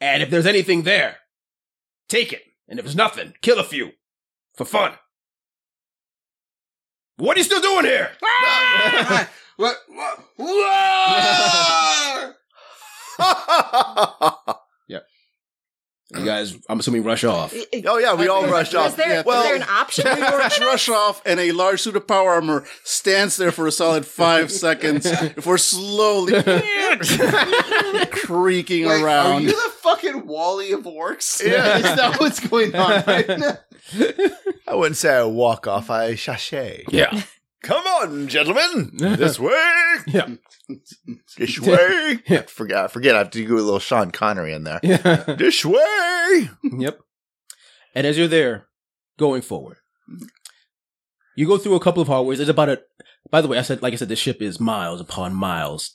[SPEAKER 1] And if there's anything there, take it. And if there's nothing, kill a few for fun. What are you still doing here? [laughs]
[SPEAKER 5] What? what- Roar!
[SPEAKER 1] You guys, I'm assuming rush off.
[SPEAKER 2] Oh, yeah, we all
[SPEAKER 7] Was-
[SPEAKER 2] rushed
[SPEAKER 7] was
[SPEAKER 2] off.
[SPEAKER 7] There,
[SPEAKER 2] Yeah. Well,
[SPEAKER 7] was there
[SPEAKER 1] [laughs]
[SPEAKER 7] an option?
[SPEAKER 3] We rush, rush off, and a large suit of power armor stands there for a solid five seconds before slowly
[SPEAKER 5] [laughs]
[SPEAKER 1] [laughs]
[SPEAKER 3] creaking
[SPEAKER 5] Wait, Are
[SPEAKER 3] around.
[SPEAKER 5] you the fucking Wally of
[SPEAKER 4] [laughs]
[SPEAKER 5] orcs?
[SPEAKER 2] Yeah.
[SPEAKER 5] Is that what's going on right now?
[SPEAKER 2] I wouldn't say I walk off, I sashay.
[SPEAKER 1] [laughs] Yeah.
[SPEAKER 6] Come on, gentlemen. This way.
[SPEAKER 1] Yeah.
[SPEAKER 6] This way.
[SPEAKER 2] Forget, I forget, I have to do a little Sean Connery in there.
[SPEAKER 1] Yeah.
[SPEAKER 6] This way.
[SPEAKER 1] Mm-hmm. yep. And as you're there, going forward, you go through a couple of hallways. It's about a. By the way, I said, like I said, the ship is miles upon miles,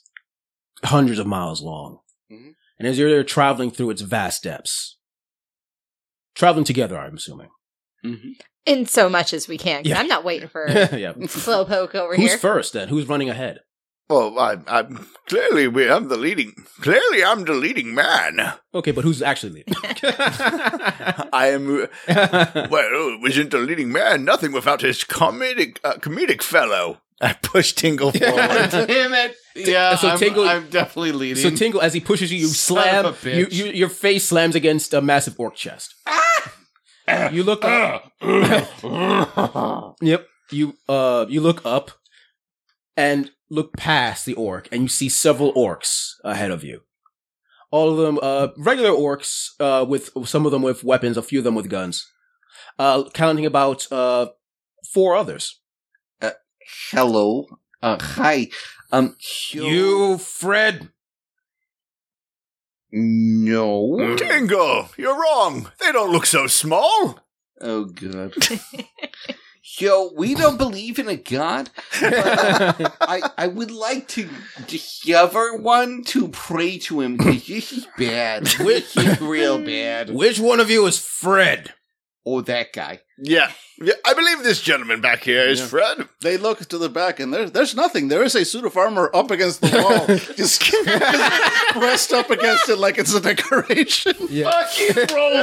[SPEAKER 1] hundreds of miles long.
[SPEAKER 5] Mhm.
[SPEAKER 1] And as you're there traveling through its vast depths, traveling together, I'm assuming.
[SPEAKER 7] In so much as we can. 'cause
[SPEAKER 1] Yeah.
[SPEAKER 7] I'm not waiting
[SPEAKER 1] [laughs]
[SPEAKER 7] for
[SPEAKER 1] yeah.
[SPEAKER 7] slowpoke over
[SPEAKER 1] Who's
[SPEAKER 7] here.
[SPEAKER 1] first then? Who's running ahead?
[SPEAKER 2] Well, I, I'm clearly we, I'm the leading. Clearly, I'm the leading man.
[SPEAKER 1] Okay, but who's actually [laughs] leading?
[SPEAKER 2] I am. Well, isn't the leading man nothing without his comedic uh, comedic fellow? I push [laughs] Tingle forward.
[SPEAKER 5] Damn it! Yeah,
[SPEAKER 1] so
[SPEAKER 5] I'm,
[SPEAKER 1] Tingle-
[SPEAKER 5] I'm definitely leading.
[SPEAKER 1] so Tingle, as he pushes you, you
[SPEAKER 5] Son
[SPEAKER 1] slam.
[SPEAKER 5] of a
[SPEAKER 1] You,
[SPEAKER 5] bitch.
[SPEAKER 1] you, your face slams against a massive orc chest. you look up. yep. You uh you look up and look past the orc, and you see several orcs ahead of you. All of them uh regular orcs, uh with some of them with weapons, a few of them with guns. Uh counting about uh four others.
[SPEAKER 4] Hello. Uh, hi. Um,
[SPEAKER 1] [laughs]
[SPEAKER 4] so-
[SPEAKER 1] Fred.
[SPEAKER 4] No.
[SPEAKER 1] Mm.
[SPEAKER 2] Tingle, you're wrong. They don't look so small.
[SPEAKER 1] [laughs]
[SPEAKER 4] Oh, God. Yo, we don't believe in
[SPEAKER 1] [laughs]
[SPEAKER 4] a god. I, I would like to discover one to pray to him because this is bad. This is real bad.
[SPEAKER 1] Which one of you is Fred?
[SPEAKER 4] Oh, that guy.
[SPEAKER 2] Yeah, yeah. I believe this gentleman back here is
[SPEAKER 3] Yeah.
[SPEAKER 2] Fred.
[SPEAKER 3] They look to the back and there, there's nothing. There is a suit of armor up against the
[SPEAKER 1] [laughs]
[SPEAKER 3] wall, just, just [laughs] pressed up against it like it's a decoration. [laughs]
[SPEAKER 1] Yeah.
[SPEAKER 5] roll
[SPEAKER 1] [laughs]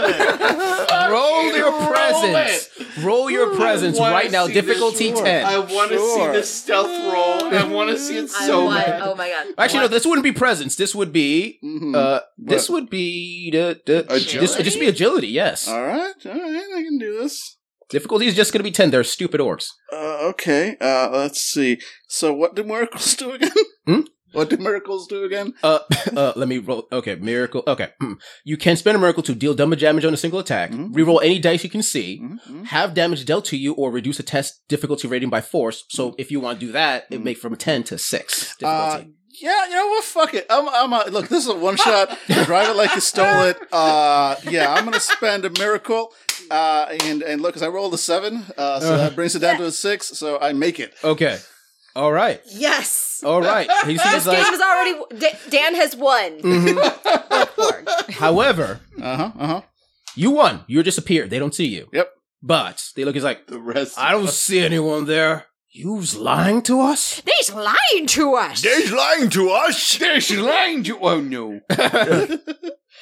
[SPEAKER 5] it.
[SPEAKER 1] Roll your presence. Roll your presence
[SPEAKER 5] wanna
[SPEAKER 1] right now.
[SPEAKER 5] see this
[SPEAKER 1] Difficulty
[SPEAKER 5] sword.
[SPEAKER 1] ten.
[SPEAKER 5] I want to
[SPEAKER 3] Sure.
[SPEAKER 5] see the stealth roll. I want to see it
[SPEAKER 7] I
[SPEAKER 5] so
[SPEAKER 7] want-
[SPEAKER 5] bad.
[SPEAKER 7] Oh my god.
[SPEAKER 1] Actually, no. This wouldn't be presence. This would be.
[SPEAKER 3] Mhm.
[SPEAKER 1] Uh, this would be the, the this
[SPEAKER 7] Agility?
[SPEAKER 1] would just be agility. Yes.
[SPEAKER 3] all right, all right, I can do this.
[SPEAKER 1] Difficulty is just going to be ten. They're stupid orcs.
[SPEAKER 3] Uh, okay, uh, let's see. So, what do miracles [laughs] do again?
[SPEAKER 1] Hmm?
[SPEAKER 3] What do miracles do again?
[SPEAKER 1] Uh, uh, let me roll. Okay, miracle. Okay, Hmm. you can spend a miracle to deal double damage on a single attack.
[SPEAKER 3] Mhm.
[SPEAKER 1] Reroll any dice you can see.
[SPEAKER 3] Mhm.
[SPEAKER 1] Have damage dealt to you, or reduce a test difficulty rating by force. So if you want to do that, it make from ten to six
[SPEAKER 3] Uh,
[SPEAKER 1] difficulty.
[SPEAKER 3] yeah, you know what? Fuck it. I'm, I'm uh, look. This is a
[SPEAKER 1] [laughs]
[SPEAKER 3] one shot. Drive it like you stole it. Uh, yeah, I'm gonna spend a miracle. Uh, and and look, 'cause I rolled a seven, uh, so that brings it down to a six. So I make it.
[SPEAKER 1] okay. All right.
[SPEAKER 7] Yes.
[SPEAKER 1] All right. He seems
[SPEAKER 7] This
[SPEAKER 1] like. mm-hmm.
[SPEAKER 7] game is already. Da- Dan has
[SPEAKER 1] [laughs]
[SPEAKER 7] won.
[SPEAKER 1] However,
[SPEAKER 3] Uh huh. Uh huh.
[SPEAKER 1] you won. You disappeared. They don't see you.
[SPEAKER 3] Yep.
[SPEAKER 1] But they look. He's like,
[SPEAKER 5] The rest.
[SPEAKER 1] I don't see anyone there. You's lying to us.
[SPEAKER 7] He's lying to us.
[SPEAKER 2] They's lying to us.
[SPEAKER 5] There's lying to. Oh no!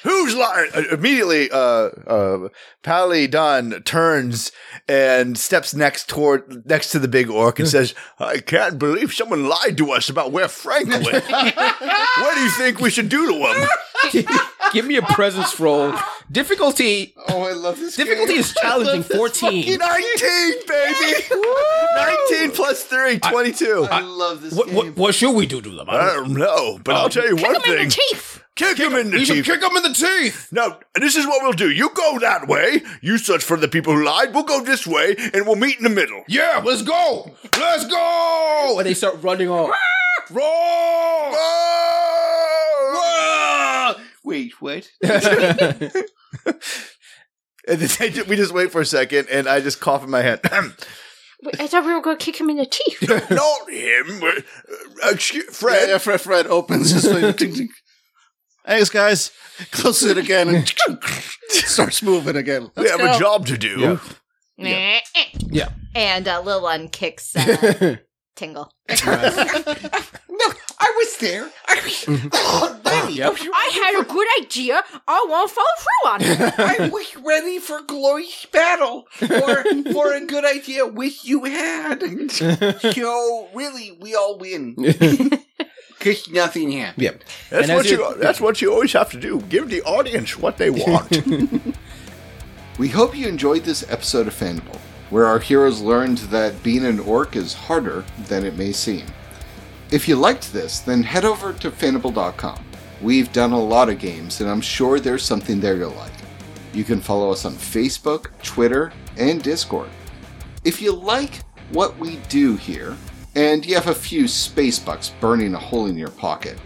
[SPEAKER 2] Who's lying? Uh, immediately, uh, uh, Pally Don turns and steps next toward next to the big orc and says, "I can't believe someone lied to us about where [laughs] Frank went. what do you think we should do to him?"
[SPEAKER 1] Give me a presence roll. Difficulty.
[SPEAKER 5] Oh, [laughs] I love this.
[SPEAKER 1] Difficulty
[SPEAKER 5] game.
[SPEAKER 1] is challenging. Fourteen.
[SPEAKER 2] Nineteen, baby. Nineteen plus three, twenty-two.
[SPEAKER 5] I love this
[SPEAKER 1] What,
[SPEAKER 5] game.
[SPEAKER 1] what what should we do to them? I
[SPEAKER 2] I
[SPEAKER 1] don't-
[SPEAKER 2] don't know, but I'll tell you one
[SPEAKER 7] Him in
[SPEAKER 2] thing:
[SPEAKER 7] the teeth.
[SPEAKER 2] kick him in the
[SPEAKER 1] We Oh. should
[SPEAKER 2] teeth.
[SPEAKER 1] kick them in the teeth.
[SPEAKER 2] Now, this is what we'll do. You go that way. You search for the people who lied. We'll go this way, and we'll meet in the middle.
[SPEAKER 1] Yeah, let's go. Let's go. And they start running off. Roll.
[SPEAKER 5] Wait, what?
[SPEAKER 2] And then [laughs] they ju- we just wait for a second, and I just cough in my head. [clears throat]
[SPEAKER 7] Wait, I thought we were going to kick him in the teeth.
[SPEAKER 2] Not him. Uh, uh, excuse,
[SPEAKER 3] Yeah,
[SPEAKER 2] Fred.
[SPEAKER 3] yeah, Fred, Fred opens. Just like, tink, tink. Thanks, guys. Close
[SPEAKER 2] [laughs]
[SPEAKER 3] it again and starts moving again.
[SPEAKER 2] we have a job to do.
[SPEAKER 1] Yeah. Yeah.
[SPEAKER 7] And uh, Lil One kicks uh, Tingle.
[SPEAKER 4] No, I was oh, there.
[SPEAKER 5] Mm-hmm.
[SPEAKER 4] I, Lenny,
[SPEAKER 1] Yep.
[SPEAKER 7] I had a good idea. I won't follow through on it.
[SPEAKER 4] I was ready for glorious battle or for a good idea which you had. So really, we all win because nothing happened.
[SPEAKER 1] Yep.
[SPEAKER 2] That's
[SPEAKER 1] And as
[SPEAKER 2] what you.
[SPEAKER 1] you-
[SPEAKER 2] That's what you always have to do. Give the audience what
[SPEAKER 1] [laughs]
[SPEAKER 2] they want.
[SPEAKER 5] We hope you enjoyed this episode of Fandible, where our heroes learned that being an orc is harder than it may seem. If you liked this, then head over to fandible.com. We've done a lot of games, and I'm sure there's something there you'll like. You can follow us on Facebook, Twitter, and Discord. If you like what we do here, and you have a few space bucks burning a hole in your pocket,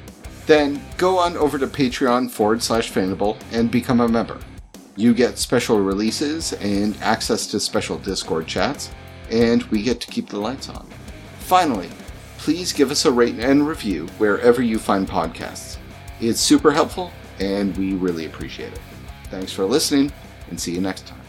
[SPEAKER 5] then go on over to Patreon forward slash Fandible and become a member. You get special releases and access to special Discord chats, and we get to keep the lights on. Finally, please give us a rate and review wherever you find podcasts. It's super helpful, and we really appreciate it. Thanks for listening, and see you next time.